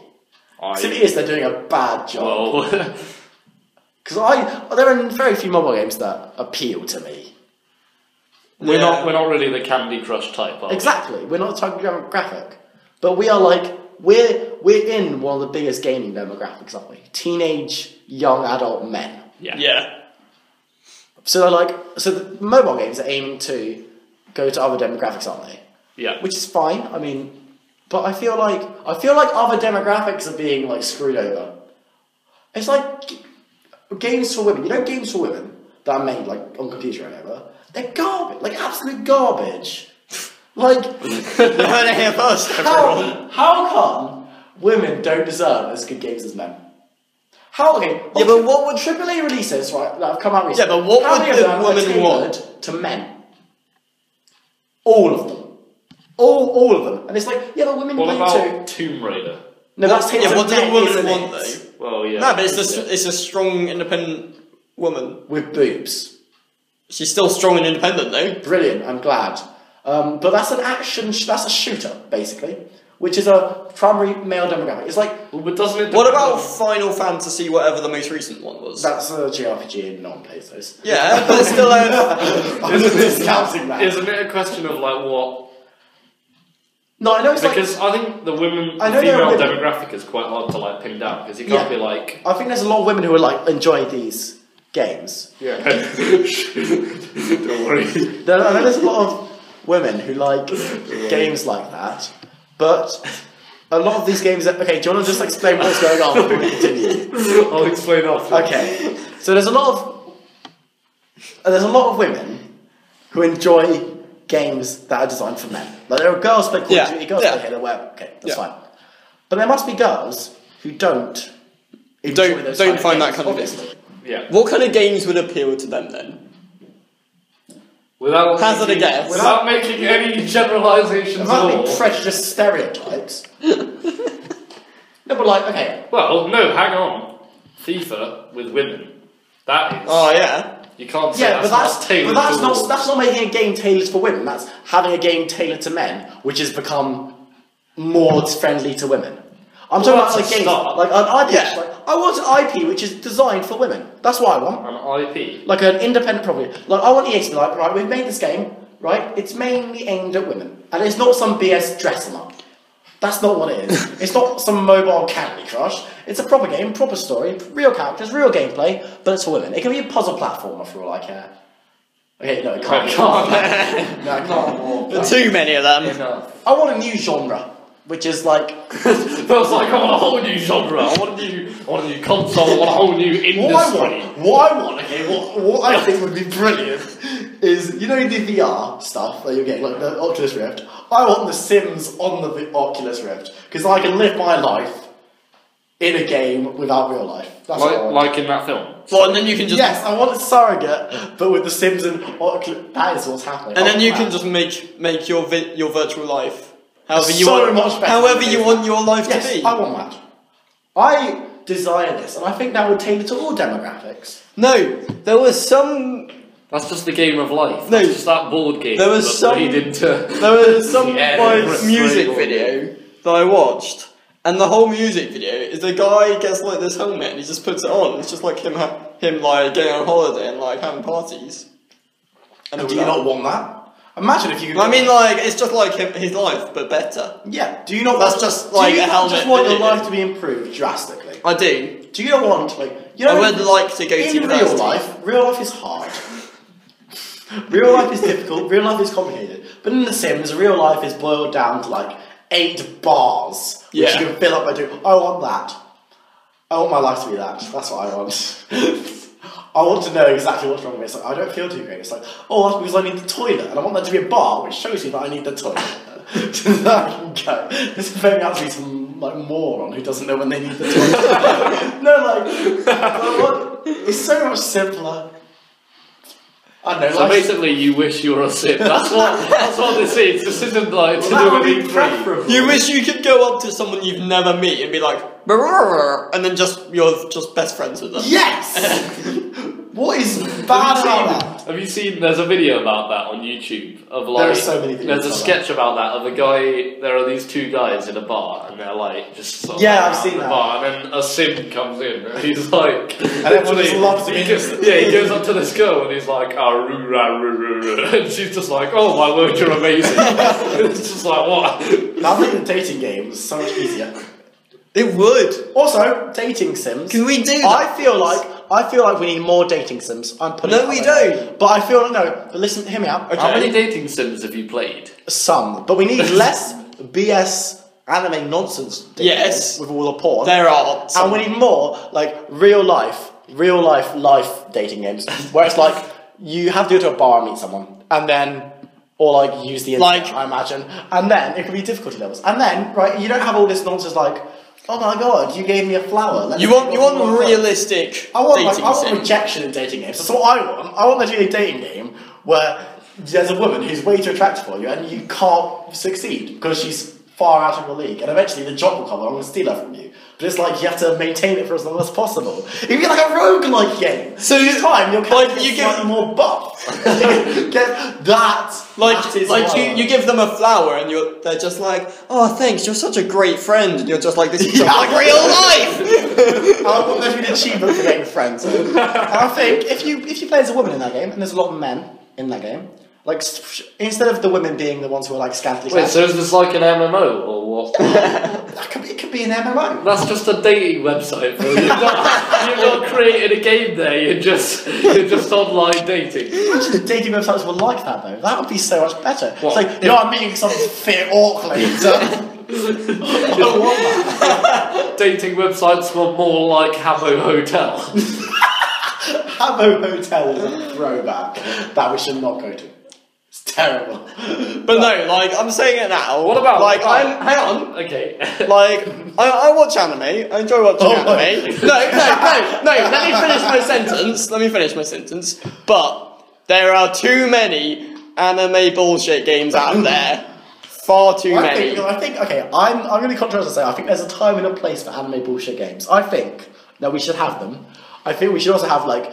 Speaker 1: 'Cause if it
Speaker 3: I,
Speaker 1: is, they're doing a bad job.
Speaker 3: well,
Speaker 1: Because I there are very few mobile games that appeal to me.
Speaker 3: we're not we're not really the Candy Crush type. Are we?
Speaker 1: Exactly, we're not talking demographic, but we are like we're we're in one of the biggest gaming demographics, aren't we? Teenage young adult men.
Speaker 3: Yeah.
Speaker 2: Yeah.
Speaker 1: So they're like so the mobile games are aiming to go to other demographics, aren't they?
Speaker 3: Yeah.
Speaker 1: which is fine. I mean, but I feel like I feel like other demographics are being like screwed over. It's like g- games for women. You know, games for women that are made like on computer and whatever. They're garbage, like absolute garbage. Like
Speaker 2: You heard it here first,
Speaker 1: how
Speaker 2: everyone.
Speaker 1: how come women don't deserve as good games as men? How okay?
Speaker 2: Yeah, but what would-
Speaker 1: triple A releases right that have come out recently?
Speaker 2: Yeah, but what
Speaker 1: how
Speaker 2: would
Speaker 1: many of
Speaker 2: the
Speaker 1: them are
Speaker 2: woman
Speaker 1: tailored
Speaker 2: want?
Speaker 1: to men? All of them, all all of them, and it's like yeah, but women
Speaker 3: What
Speaker 1: play
Speaker 3: about
Speaker 1: too.
Speaker 3: Tomb Raider?
Speaker 1: No, that's tailored
Speaker 2: yeah,
Speaker 1: to
Speaker 2: what does a
Speaker 1: men,
Speaker 2: woman
Speaker 1: isn't
Speaker 2: want
Speaker 1: it?
Speaker 2: though?
Speaker 3: Well, yeah.
Speaker 2: No, but it's a, it's a strong, independent woman.
Speaker 1: With boobs,
Speaker 2: She's still strong and independent though.
Speaker 1: brilliant. I'm glad, um, but that's an action. Sh- that's a shooter basically, which is a primary male demographic. It's like
Speaker 3: Well, but doesn't it?
Speaker 2: What
Speaker 3: depend
Speaker 2: about
Speaker 3: on-
Speaker 2: Final Fantasy, whatever the most recent one was?
Speaker 1: that's a JRPG, and no one plays those.
Speaker 2: Yeah, but still, uh,
Speaker 1: I'm not discounting that.
Speaker 3: Isn't it a question of like what?
Speaker 1: No, I know it's
Speaker 3: Because I think the women,
Speaker 1: I
Speaker 3: the
Speaker 1: know there are
Speaker 3: female
Speaker 1: women-
Speaker 3: demographic is quite hard to like pin down because you can't
Speaker 1: Yeah.
Speaker 3: be like.
Speaker 1: like I think there's a lot of women who are like enjoying these games.
Speaker 3: Yeah. Don't worry.
Speaker 1: There, I know there's a lot of women who like games like that, but a lot of these games. Are, okay, do you want to just explain what's going on before we continue?
Speaker 3: I'll explain after.
Speaker 1: Okay, so there's a lot of uh, there's a lot of women who enjoy games that are designed for men. Like there are girls play Call
Speaker 2: Yeah,
Speaker 1: of Duty, girls
Speaker 2: yeah.
Speaker 1: play Halo, whatever. Okay, that's
Speaker 2: Yeah.
Speaker 1: fine. But there must be girls who don't enjoy
Speaker 2: Don't-
Speaker 1: those
Speaker 2: don't
Speaker 1: kind of
Speaker 2: find that
Speaker 1: games,
Speaker 2: kind of
Speaker 1: obviously.
Speaker 3: Yeah.
Speaker 2: what kind of games would appeal to them then?
Speaker 3: Without
Speaker 2: Hazard a
Speaker 3: making,
Speaker 2: guess.
Speaker 3: Without making any generalisations at
Speaker 1: There might be
Speaker 3: all.
Speaker 1: prejudiced stereotypes. no, but like, okay,
Speaker 3: well, no, hang on. FIFA with women. That is.
Speaker 2: Oh yeah,
Speaker 3: You can't say
Speaker 1: yeah, but that's
Speaker 3: not tailored
Speaker 1: but that's
Speaker 3: towards-
Speaker 1: not that's not making a game tailored for women. That's having a game tailored to men, which has become more friendly to women. I'm talking about
Speaker 3: that's
Speaker 1: like
Speaker 3: a
Speaker 1: games
Speaker 3: start.
Speaker 1: like an IP.
Speaker 2: Yeah.
Speaker 1: Like, I want an IP which is designed for women. That's what I want.
Speaker 3: an IP.
Speaker 1: Like an independent property. Like I want EA to be like, right, we've made this game. Right, it's mainly aimed at women, and it's not some BS dressing up. That's not what it is. it's not some mobile Candy Crush. It's a proper game, proper story, real characters, real gameplay, but it's for women. It can be a puzzle platformer for all I care. Okay, no, it can't.
Speaker 3: I
Speaker 1: be.
Speaker 3: can't.
Speaker 1: No, it can't.
Speaker 2: too many of them.
Speaker 3: Enough.
Speaker 1: I want a new genre, which is like
Speaker 3: I was like, I want a whole new genre. I want a new, I want a new console. I want a whole new industry.
Speaker 1: What I want, what I want, okay, what, what I think would be brilliant is you know the VR stuff that you're getting, like the Oculus Rift. I want the Sims on the vi- Oculus Rift because I can live my life in a game without real life. That's what I
Speaker 3: Like,
Speaker 1: want.
Speaker 3: like in that film.
Speaker 2: Well, and then you can just
Speaker 1: yes, I want a surrogate, but with the Sims and Oculus. That is what's happening.
Speaker 2: and then you
Speaker 1: Oh,
Speaker 2: can
Speaker 1: wow.
Speaker 2: just make make your vi- your virtual life however you
Speaker 1: So
Speaker 2: want.
Speaker 1: much better
Speaker 2: however
Speaker 1: than
Speaker 2: you
Speaker 1: this.
Speaker 2: want your life to
Speaker 1: Yes,
Speaker 2: be.
Speaker 1: I want that. I desire this, and I think that would tailor to all demographics.
Speaker 2: no, there was some
Speaker 3: That's just the game of life.
Speaker 2: No.
Speaker 3: That's just that board game.
Speaker 2: There was
Speaker 3: that
Speaker 2: some-
Speaker 3: played into.
Speaker 2: there was some
Speaker 3: Yeah,
Speaker 2: like,
Speaker 3: that's
Speaker 2: music
Speaker 3: really
Speaker 2: video that I watched. And the whole music video is the guy gets like this helmet and he just puts it on. It's just like him, ha- him like going on holiday and like having parties. And all
Speaker 1: do you
Speaker 2: that.
Speaker 1: not want that? Imagine if you could.
Speaker 2: I mean, like it's just like him, his life, but better.
Speaker 1: Yeah. Do you not?
Speaker 2: That's
Speaker 1: want,
Speaker 2: just
Speaker 1: do
Speaker 2: like
Speaker 1: you
Speaker 2: a
Speaker 1: not
Speaker 2: helmet
Speaker 1: Just want your
Speaker 2: video.
Speaker 1: life to be improved drastically.
Speaker 2: I do.
Speaker 1: Do you not want like you know?
Speaker 2: I would like to go
Speaker 1: in
Speaker 2: to
Speaker 1: real
Speaker 2: university.
Speaker 1: life, real life is hard. real life is difficult. Real life is complicated. But in The Sims, real life is boiled down to like eight bars, which
Speaker 2: Yeah.
Speaker 1: you can fill up by doing. I want that. I want my life to be that. That's what I want. I want to know exactly what's wrong with me. It's like, I don't feel too great. It's like, oh, that's because I need the toilet. And I want there to be a bar which shows me that I need the toilet. so that I can go. This is very actually some like moron who doesn't know when they need the toilet. no, like, I want- it's so much simpler. I don't know.
Speaker 3: So
Speaker 1: like,
Speaker 3: basically, you wish you were a Sith. That's what that's what this is. This isn't like to
Speaker 1: that
Speaker 3: do
Speaker 1: would
Speaker 3: with E
Speaker 1: be
Speaker 3: being free.
Speaker 1: preferable.
Speaker 2: You wish you could go up to someone you've never met and be like, "Brrrr," and then just you're just best friends with them.
Speaker 1: yes. what is bad about that?
Speaker 3: Have you seen? There's a video about that on YouTube of like.
Speaker 1: There are so many videos
Speaker 3: There's a
Speaker 1: about
Speaker 3: sketch about that of a guy. There are these two guys in a bar, and they're like just. Sort of
Speaker 1: Yeah, I've
Speaker 3: around
Speaker 1: seen
Speaker 3: the
Speaker 1: that.
Speaker 3: Bar, and then a sim comes in, and he's like,
Speaker 1: everyone just
Speaker 3: literally-
Speaker 1: loves
Speaker 3: he
Speaker 1: him.
Speaker 3: goes- Yeah, he goes up to this girl, and he's like, ah, roo, rah, roo, roo, roo," and she's just like, oh my word, you're amazing. it's just like what?
Speaker 1: Now playing dating games is so much easier.
Speaker 2: It would.
Speaker 1: Also, dating sims.
Speaker 2: Can we do?
Speaker 1: I
Speaker 2: that?
Speaker 1: feel like I feel like we need more dating sims. I'm putting.
Speaker 2: No,
Speaker 1: it
Speaker 2: we
Speaker 1: out there.
Speaker 2: don't.
Speaker 1: But I feel like no. But listen, hear me out.
Speaker 2: Okay.
Speaker 3: How many dating sims have you played?
Speaker 1: Some, but we need less BS anime nonsense. dating
Speaker 2: Yes.
Speaker 1: sims with all the porn.
Speaker 2: there are.
Speaker 1: and
Speaker 2: Some,
Speaker 1: we need more like real life, real life life dating games where it's like you have to go to a bar and meet someone, and then. Or like use the internet,
Speaker 2: Like-
Speaker 1: I imagine, and then it could be difficulty levels, and then right, you don't have all this nonsense like, oh my god, you gave me a flower. let's
Speaker 2: you
Speaker 1: see
Speaker 2: want
Speaker 1: what
Speaker 2: you
Speaker 1: we
Speaker 2: want
Speaker 1: want."
Speaker 2: realistic
Speaker 1: I want, like,
Speaker 2: dating
Speaker 1: I want
Speaker 2: sim.
Speaker 1: rejection in dating games. That's what I want. I want there to be a dating game where there's a woman who's way too attractive for you and you can't succeed because she's far out of your league. And eventually the job will come along and steal her from you. But it's like you have to maintain it for as long as possible. It'd be like a roguelike game.
Speaker 2: So
Speaker 1: each
Speaker 2: you-
Speaker 1: time you'll
Speaker 2: like,
Speaker 1: get
Speaker 2: you
Speaker 1: you
Speaker 2: give-
Speaker 1: slightly more buff. get that. that
Speaker 2: Like,
Speaker 1: is
Speaker 2: like
Speaker 1: love.
Speaker 2: you, you give them a flower and you're they're just like, oh thanks, you're such a great friend, and you're just like this is
Speaker 1: Yeah.
Speaker 2: like real life.
Speaker 1: I want there to be an achievement for getting friends. and I think if you if you play as a woman in that game, and there's a lot of men in that game, like s- instead of the women being the ones who are like scantily
Speaker 3: Wait,
Speaker 1: clad,
Speaker 3: so is this like an MMO or what?
Speaker 1: that could be, it could be an MMO.
Speaker 3: That's just a dating website, bro. You've not, you've not created a game there. You're just you're just online dating.
Speaker 1: Imagine the dating websites were like that though. That would be so much better.
Speaker 3: What?
Speaker 1: It's like, no, I'm meeting someone fit Auckland. I don't want that.
Speaker 3: Dating websites were more like Hamo Hotel.
Speaker 1: Hamo Hotel is a throwback that we should not go to. It's terrible.
Speaker 2: But no, like I'm saying it now.
Speaker 3: What about-
Speaker 2: like
Speaker 3: what about-
Speaker 2: I'm hang on.
Speaker 3: Okay.
Speaker 2: Like, I, I watch anime. I enjoy watching
Speaker 1: Oh my-
Speaker 2: anime. No, no, no, no. Let me finish my sentence. Let me finish my sentence. But there are too many anime bullshit games out there. Far too
Speaker 1: I
Speaker 2: many.
Speaker 1: think, I think okay, I'm, I'm going to be controversial and say I think there's a time and a place for anime bullshit games. I think that we should have them. I think we should also have like,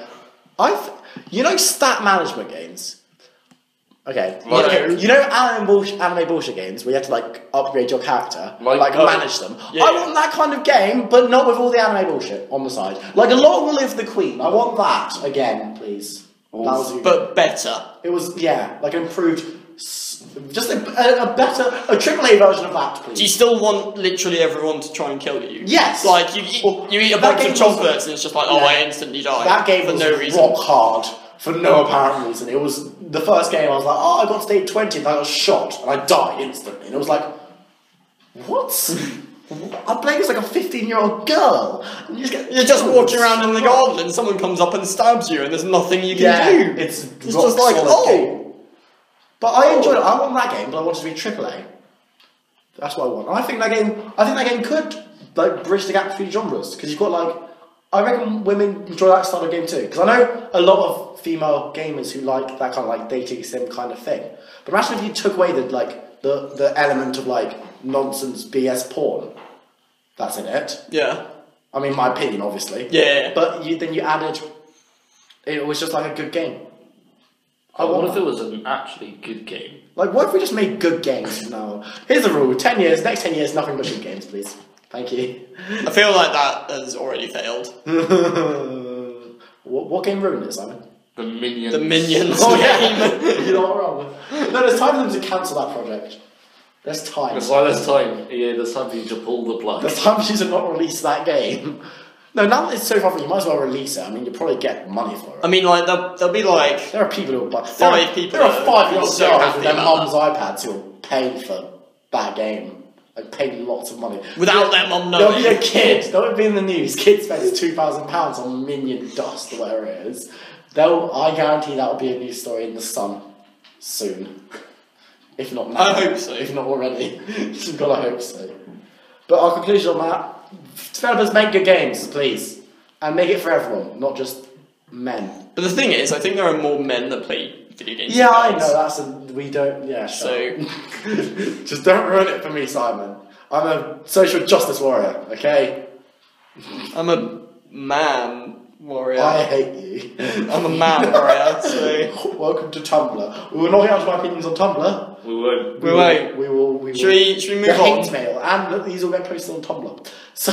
Speaker 1: I, th- you know, stat management games. Okay,
Speaker 3: Right.
Speaker 1: okay, you know anime bullshit, anime bullshit games where you have to like upgrade your character,
Speaker 3: Like-
Speaker 1: like,
Speaker 3: oh,
Speaker 1: manage them.
Speaker 2: um, yeah.
Speaker 1: I want that kind of game, but not with all the anime bullshit on the side. Like Long Live the Queen, I want that again, please. That was a-
Speaker 2: But better.
Speaker 1: it was yeah, like an improved, s- just a, a, a better a triple A version of that,
Speaker 2: Do you
Speaker 1: please.
Speaker 2: still want literally everyone to try and kill you?
Speaker 1: Yes.
Speaker 2: Like you eat,
Speaker 1: Well,
Speaker 2: you eat a
Speaker 1: that
Speaker 2: box
Speaker 1: game
Speaker 2: of
Speaker 1: was-
Speaker 2: chocolates and it's just like, oh,
Speaker 1: Yeah.
Speaker 2: I instantly die.
Speaker 1: That game
Speaker 2: for
Speaker 1: was
Speaker 2: no reason.
Speaker 1: rock hard for no apparent reason. It was the first game. I was like, oh, I got to stage twenty, and I got shot, and I died instantly. And it was like, what? I'm playing as like a fifteen-year-old girl. And you just get
Speaker 2: You're just walking around in the garden and someone comes up and stabs you and there's nothing you can
Speaker 1: Yeah,
Speaker 2: do.
Speaker 1: it's
Speaker 2: it's
Speaker 1: rock
Speaker 2: just like,
Speaker 1: solid
Speaker 2: oh.
Speaker 1: game. But I enjoyed it. I want that game, but I want it to be triple A. That's what I want. And I think that game. I think that game could like bridge the gap between genres because you've got like. I reckon women enjoy that style of game too because I know a lot of female gamers who like that kind of like dating sim kind of thing. But imagine if you took away the like the the element of like nonsense BS porn. That's in it.
Speaker 2: Yeah.
Speaker 1: I mean, my opinion, obviously.
Speaker 2: Yeah.
Speaker 1: But you then you added. It was just like a good game. I
Speaker 3: What
Speaker 1: want
Speaker 3: if it was an actually good game?
Speaker 1: like what if we just made good games from now? on? Here's the rule: ten years, next ten years, nothing but good games, please. Thank you.
Speaker 2: I feel like that has already failed.
Speaker 1: what, what game ruined it, Simon?
Speaker 3: The minions.
Speaker 2: The Minions
Speaker 1: Oh,
Speaker 2: game.
Speaker 1: You're not wrong. No, there's time for them to cancel that project. There's time.
Speaker 3: That's why there's time. Yeah, there's time for you to pull the plug.
Speaker 1: There's time for you to not release that game. No, now that it's so far from you, might as well release it. I mean, you'll probably get money for it.
Speaker 2: I mean, like, there'll, there'll be like.
Speaker 1: There are people who will buy.
Speaker 2: Five
Speaker 1: there are,
Speaker 2: people
Speaker 1: There
Speaker 2: are
Speaker 1: are five year old
Speaker 2: so
Speaker 1: girls
Speaker 2: happy
Speaker 1: with their
Speaker 2: about
Speaker 1: mum's iPads who will pay for that game. Like pay lots of money
Speaker 2: Without their mum
Speaker 1: There'll
Speaker 2: knowing.
Speaker 1: be a kid. That would be in the news. Kid spends two thousand pounds on minion dust or whatever it is. They'll. I guarantee that will be a news story in the Sun soon, if not now.
Speaker 2: I hope so.
Speaker 1: If not already, you've got to hope so. But our conclusion on that: developers make good games, please, and make it for everyone, not just men.
Speaker 2: But the thing is, I think there are more men that play video games.
Speaker 1: Yeah,
Speaker 2: than
Speaker 1: I
Speaker 2: girls.
Speaker 1: know. That's a, we don't. Yeah. shut
Speaker 2: So-
Speaker 1: up. just don't ruin it for me, Simon. I'm a social justice warrior. Okay.
Speaker 2: I'm a man warrior.
Speaker 1: I
Speaker 2: I...
Speaker 1: hate you.
Speaker 2: am a man warrior, so
Speaker 1: Welcome to Tumblr. We will not have my opinions on Tumblr.
Speaker 3: We won't.
Speaker 2: we won't.
Speaker 1: We will. We will.
Speaker 2: Should we, should we
Speaker 1: the
Speaker 2: move on?
Speaker 1: hate mail, and look, these all get posted on Tumblr. So,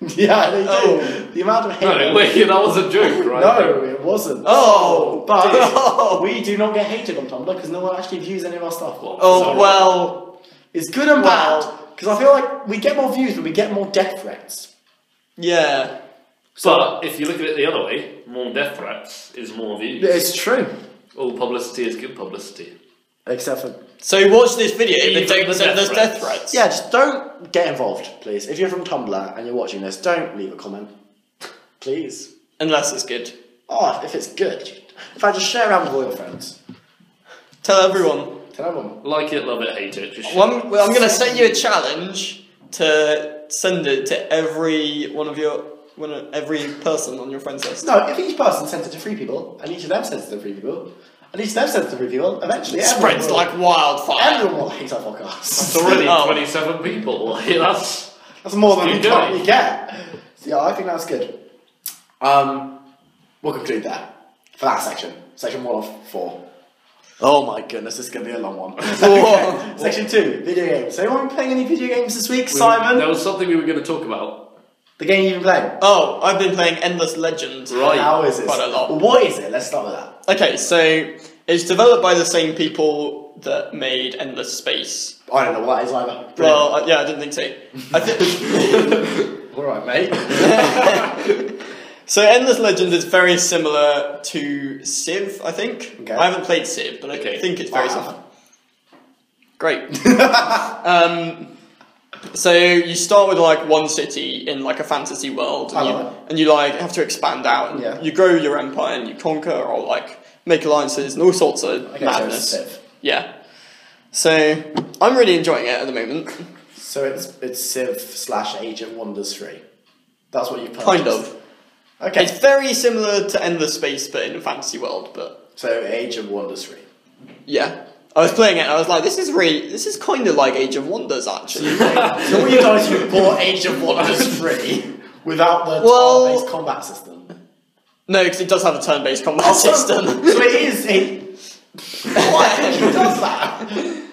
Speaker 1: yeah, they do.
Speaker 2: Oh.
Speaker 1: The amount of hate.
Speaker 3: No, wait, that was a joke, right?
Speaker 1: No, it wasn't.
Speaker 2: Oh,
Speaker 1: but
Speaker 2: dear.
Speaker 1: we do not get hated on Tumblr because no one actually views any of our stuff.
Speaker 2: Oh, well,
Speaker 1: it's good and
Speaker 2: Well.
Speaker 1: bad because I feel like we get more views, but we get more death threats.
Speaker 2: yeah.
Speaker 3: But if you look at it the other way, more death threats is more views.
Speaker 1: true,
Speaker 3: All Oh, publicity is good publicity.
Speaker 1: except for
Speaker 2: So watch this video
Speaker 3: Even
Speaker 2: but don't
Speaker 3: the
Speaker 2: send
Speaker 3: death
Speaker 2: us death
Speaker 3: threats.
Speaker 2: threats.
Speaker 1: yeah, just don't get involved, please. If you're from Tumblr and you're watching this, don't leave a comment, please.
Speaker 2: Unless it's good.
Speaker 1: Oh, if it's good, if I just share around with all your friends,
Speaker 2: Tell everyone.
Speaker 1: tell everyone.
Speaker 3: Like it, love it, hate it. Just
Speaker 2: Well, I'm, well, I'm going to set you a challenge to send it to every one of your one of, every person on your friends list.
Speaker 1: No, if each person sends it to three people, and each of them sends it to three people, and each of them sends it to three people, eventually everyone
Speaker 2: Spreads
Speaker 1: will,
Speaker 2: like wildfire.
Speaker 1: everyone will hate our podcast.
Speaker 3: it's already
Speaker 2: Oh.
Speaker 3: 27 people. Like, that's
Speaker 1: That's more than
Speaker 3: Keep
Speaker 1: we currently
Speaker 3: going.
Speaker 1: get. So, yeah, I think that's good. Um, we'll conclude there for that section. Section one of four. Oh my goodness, this is going to be a long one. Okay, Section two, video games. Anyone playing any video games this week? Simon,
Speaker 3: There was something we were going to talk about.
Speaker 1: the game you've been playing.
Speaker 2: Oh, I've been playing Endless Legends.
Speaker 3: Right.
Speaker 1: How is it?
Speaker 2: Oh, Quite a lot.
Speaker 1: What is it? Let's start with that.
Speaker 2: Okay, so it's developed by the same people that made Endless Space.
Speaker 1: I don't know what that is either.
Speaker 2: Well, I, yeah, I didn't think so. I thi-
Speaker 1: all right, mate.
Speaker 2: so Endless Legend is very similar to Civ, I think.
Speaker 1: Okay. Ah.
Speaker 2: I haven't played Civ, but I
Speaker 3: Okay.
Speaker 2: think it's very
Speaker 1: I
Speaker 2: similar.
Speaker 1: haven't.
Speaker 2: Great. um, so you start with like one city in like a fantasy world,
Speaker 1: I
Speaker 2: and,
Speaker 1: like
Speaker 2: you, and you like have to expand out, and
Speaker 1: Yeah.
Speaker 2: you grow your empire, and you conquer or like make alliances and all sorts of
Speaker 1: Okay,
Speaker 2: madness.
Speaker 1: So it's, Civ.
Speaker 2: Yeah. So I'm really enjoying it at the moment.
Speaker 1: so it's it's Civ slash Age of Wonders three. That's what you purchased.
Speaker 2: Kind of.
Speaker 1: Okay.
Speaker 2: It's very similar to Endless Space, but in a fantasy world. But
Speaker 1: so Age of Wonders three.
Speaker 2: yeah, I was playing it and I was like, this is really, this is kind of like Age of Wonders, actually.
Speaker 1: so what you done is you bought Age of Wonders three without the
Speaker 2: Well-
Speaker 1: turn-based combat system.
Speaker 2: no, because it does have a turn-based combat
Speaker 1: So
Speaker 2: system.
Speaker 1: it is a. Why think it does that?
Speaker 2: Because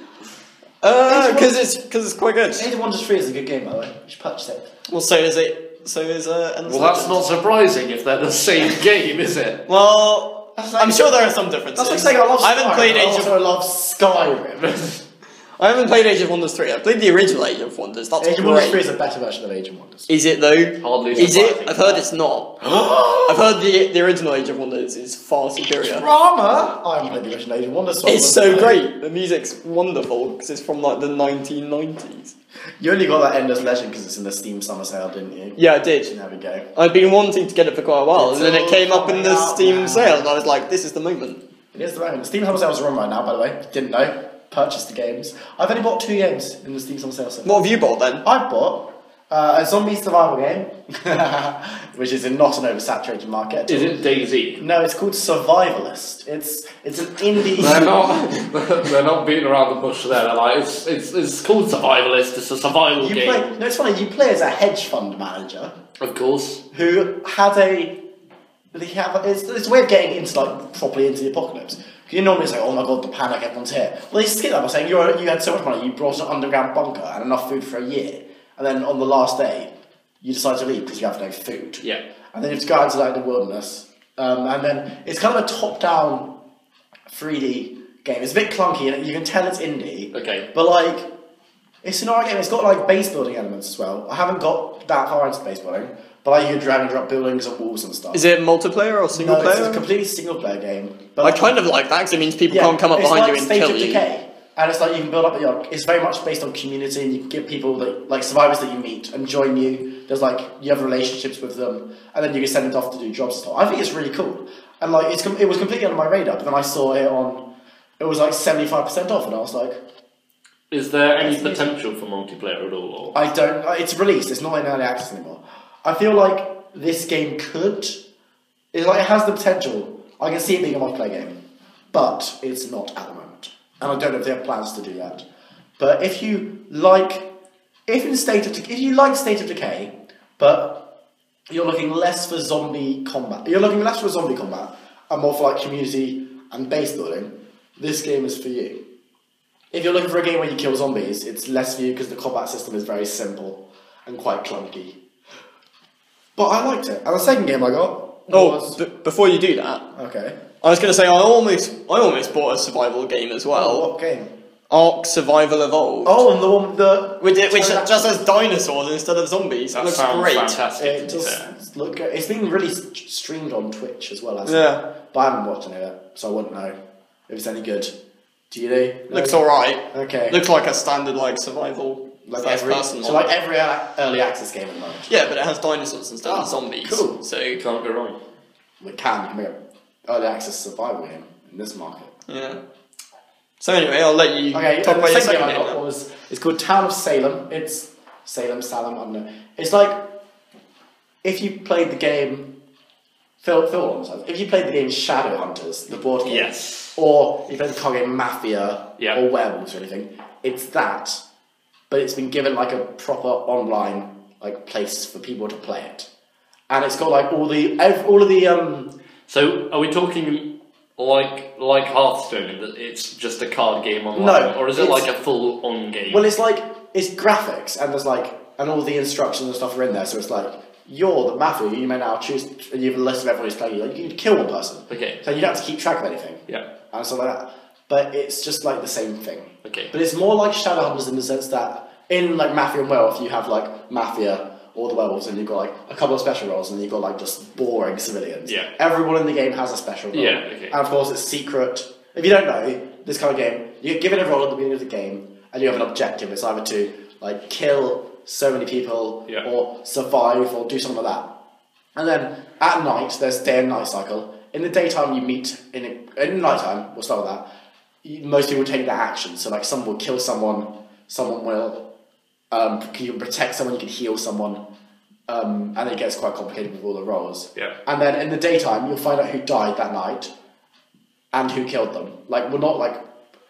Speaker 2: Uh, it's because it's quite good.
Speaker 1: Age of Wonders three is a good game, by the way. You should purchase it.
Speaker 2: Well, so is it. So is uh, Endless
Speaker 3: Well, that's
Speaker 2: Legend.
Speaker 3: not surprising if they're the same game, is it?
Speaker 2: Well,
Speaker 1: That's like-
Speaker 2: I'm sure there are some differences.
Speaker 1: That's like saying I love. Skyrim.
Speaker 2: haven't played Age of
Speaker 1: I also love Skyrim.
Speaker 2: I haven't played Age of Wonders three. I played the original Age of Wonders. That's
Speaker 1: Age of
Speaker 2: great.
Speaker 1: Wonders three is a better version of Age of Wonders.
Speaker 2: Is it though?
Speaker 3: Hardly
Speaker 2: Is
Speaker 3: surprising.
Speaker 2: it? I've heard it's not. I've heard the the original Age of Wonders is far superior.
Speaker 1: Drama. I haven't played the original Age of Wonders. I
Speaker 2: It's so
Speaker 1: wouldn't know.
Speaker 2: great. The music's wonderful because it's from like the 1990s.
Speaker 1: You only got that Endless Legend because it's in the Steam Summer Sale, didn't you?
Speaker 2: Yeah, I did.
Speaker 1: There we go.
Speaker 2: I've been wanting to get it for quite a while,
Speaker 1: It's
Speaker 2: and then it
Speaker 1: all
Speaker 2: came up in the
Speaker 1: coming out
Speaker 2: Steam
Speaker 1: now.
Speaker 2: sale, and I was like, "This is the moment."
Speaker 1: It is the moment. Steam Summer Sale is run right now, by the way. Didn't know. Purchased the games. I've only bought two games in the Steam Summer Sale. So far.
Speaker 2: What have you bought then?
Speaker 1: I've bought uh, a zombie survival game, which is in not an oversaturated market.
Speaker 3: Is it Daisy?
Speaker 1: No, it's called Survivalist. It's it's an indie.
Speaker 3: They're not. They're not beating around the bush there. They're like it's it's, it's called survivalist. It's a survival
Speaker 1: you
Speaker 3: game,
Speaker 1: play. No, it's funny. You play as a hedge fund manager
Speaker 3: of course.
Speaker 1: who had a. They have it's, it's a way of getting into like properly into the apocalypse. 'Cause You normally say, "Oh my god, the panic, everyone's here." Well, they skip that by saying, "You you had so much money, you brought an underground bunker and enough food for a year, and then on the last day, you decide to leave because you have no food."
Speaker 3: Yeah.
Speaker 1: and then you have to go out into like the wilderness. Um, and then it's kind of a top-down 3D game. It's a bit clunky, and you can tell it's indie.
Speaker 3: Okay.
Speaker 1: But like, it's an alright game. It's got like base building elements as well. I haven't got that far into base building, but like you can drag and drop buildings and walls and stuff.
Speaker 2: Is it multiplayer or single
Speaker 1: no, it's
Speaker 2: player?
Speaker 1: a completely single-player game. But
Speaker 2: I kind of like that because it means people can't come up
Speaker 1: it's
Speaker 2: behind
Speaker 1: like
Speaker 2: you and
Speaker 1: Stage
Speaker 2: kill
Speaker 1: of
Speaker 2: you.
Speaker 1: Decay. And it's like you can build up your. It's very much based on community, and you can give people that like survivors that you meet and join you. There's like you have relationships with them, and then you can send it off to do jobs. And stuff. I think it's really cool, and like it's com- it was completely under my radar. But then I saw it on, it was like seventy five percent off, and I was like,
Speaker 3: Is there any
Speaker 1: That's amazing.
Speaker 3: potential for multiplayer at all? Or?
Speaker 1: I don't. It's released. It's not in early access anymore. I feel like this game could It like it has the potential. I can see it being a multiplayer game, but it's not at the moment, and I don't know if they have plans to do that. But if you like, if in State of if you like State of Decay, but you're looking less for zombie combat, you're looking less for zombie combat and more for like community and base building. This game is for you. If you're looking for a game where you kill zombies, it's less for you because the combat system is very simple and quite clunky. But I liked it. And the second game I got
Speaker 2: Oh,
Speaker 1: was
Speaker 2: b- before you do that,
Speaker 1: okay.
Speaker 2: I was gonna say I almost I almost bought a survival game as well.
Speaker 1: Oh, what game?
Speaker 2: Ark Survival Evolved.
Speaker 1: Oh, and the one with the
Speaker 2: Which, which
Speaker 1: Turn that-
Speaker 2: just has dinosaurs instead of zombies. It
Speaker 3: That
Speaker 2: looks
Speaker 3: sounds
Speaker 2: great.
Speaker 3: fantastic.
Speaker 1: Uh, it
Speaker 3: to be fair.
Speaker 1: does look. Good. It's been really st- streamed on Twitch as well as
Speaker 2: Yeah.
Speaker 1: But I haven't watched any of it, so I wouldn't know if it's any good. Do you know?
Speaker 2: Looks alright.
Speaker 1: Okay.
Speaker 2: Looks like a standard like survival
Speaker 1: like
Speaker 2: first
Speaker 1: every,
Speaker 2: person
Speaker 1: so
Speaker 2: one.
Speaker 1: like every a- early access game at the moment.
Speaker 2: yeah, but it has dinosaurs instead
Speaker 1: Ah,
Speaker 2: of zombies.
Speaker 1: cool.
Speaker 2: So
Speaker 3: You can't go wrong.
Speaker 1: It can you can make an early access survival game in this market.
Speaker 2: yeah. So anyway, I'll let you
Speaker 1: Okay, and
Speaker 2: talk about
Speaker 1: the
Speaker 2: your
Speaker 1: second
Speaker 2: second
Speaker 1: game I
Speaker 2: game.
Speaker 1: got
Speaker 2: now.
Speaker 1: was it's called Town of Salem. It's Salem, Salem. I don't know. It's like if you played the game. Phil, Phil, understands. if you played the game Shadowhunters, the board game,
Speaker 3: Yes.
Speaker 1: or you played the card game Mafia
Speaker 3: Yeah.
Speaker 1: or Werewolves or anything, it's that, but it's been given like a proper online like place for people to play it, and it's got like all the ev- all of the um
Speaker 3: So are we talking like like Hearthstone in that it's just a card game online,
Speaker 1: No,
Speaker 3: or is it
Speaker 1: it's-
Speaker 3: like a full on game?
Speaker 1: Well, it's like it's graphics, and there's like, and all the instructions and stuff are in there. So it's like, you're the mafia. You may now choose. You have a list of everyone who's playing. You like, you can kill one person.
Speaker 3: Okay.
Speaker 1: So you don't have to keep track of anything
Speaker 3: yeah.
Speaker 1: and stuff like that. But it's just like the same thing.
Speaker 3: Okay.
Speaker 1: But it's more like Shadowhunters in the sense that in like Mafia and Werewolf, you have like Mafia or the werewolves, and you've got like a couple of special roles, and you've got like just boring civilians.
Speaker 3: Yeah.
Speaker 1: Everyone in the game has a special role.
Speaker 3: Yeah, okay.
Speaker 1: And of course, it's secret. If you don't know this kind of game, you're given a role at the beginning of the game, and you have an objective. It's either to like kill so many people,
Speaker 3: Yeah.
Speaker 1: or survive, or do something like that. And then at night, there's day and night cycle. In the daytime, you meet in in nighttime. We'll start with that. You- Most people take their action. So like, someone will kill someone. Someone will um, you can protect someone. You can heal someone. Um, and it gets quite complicated with all the roles.
Speaker 3: Yeah.
Speaker 1: And then in the daytime, you'll find out who died that night, and who killed them. Like we're not like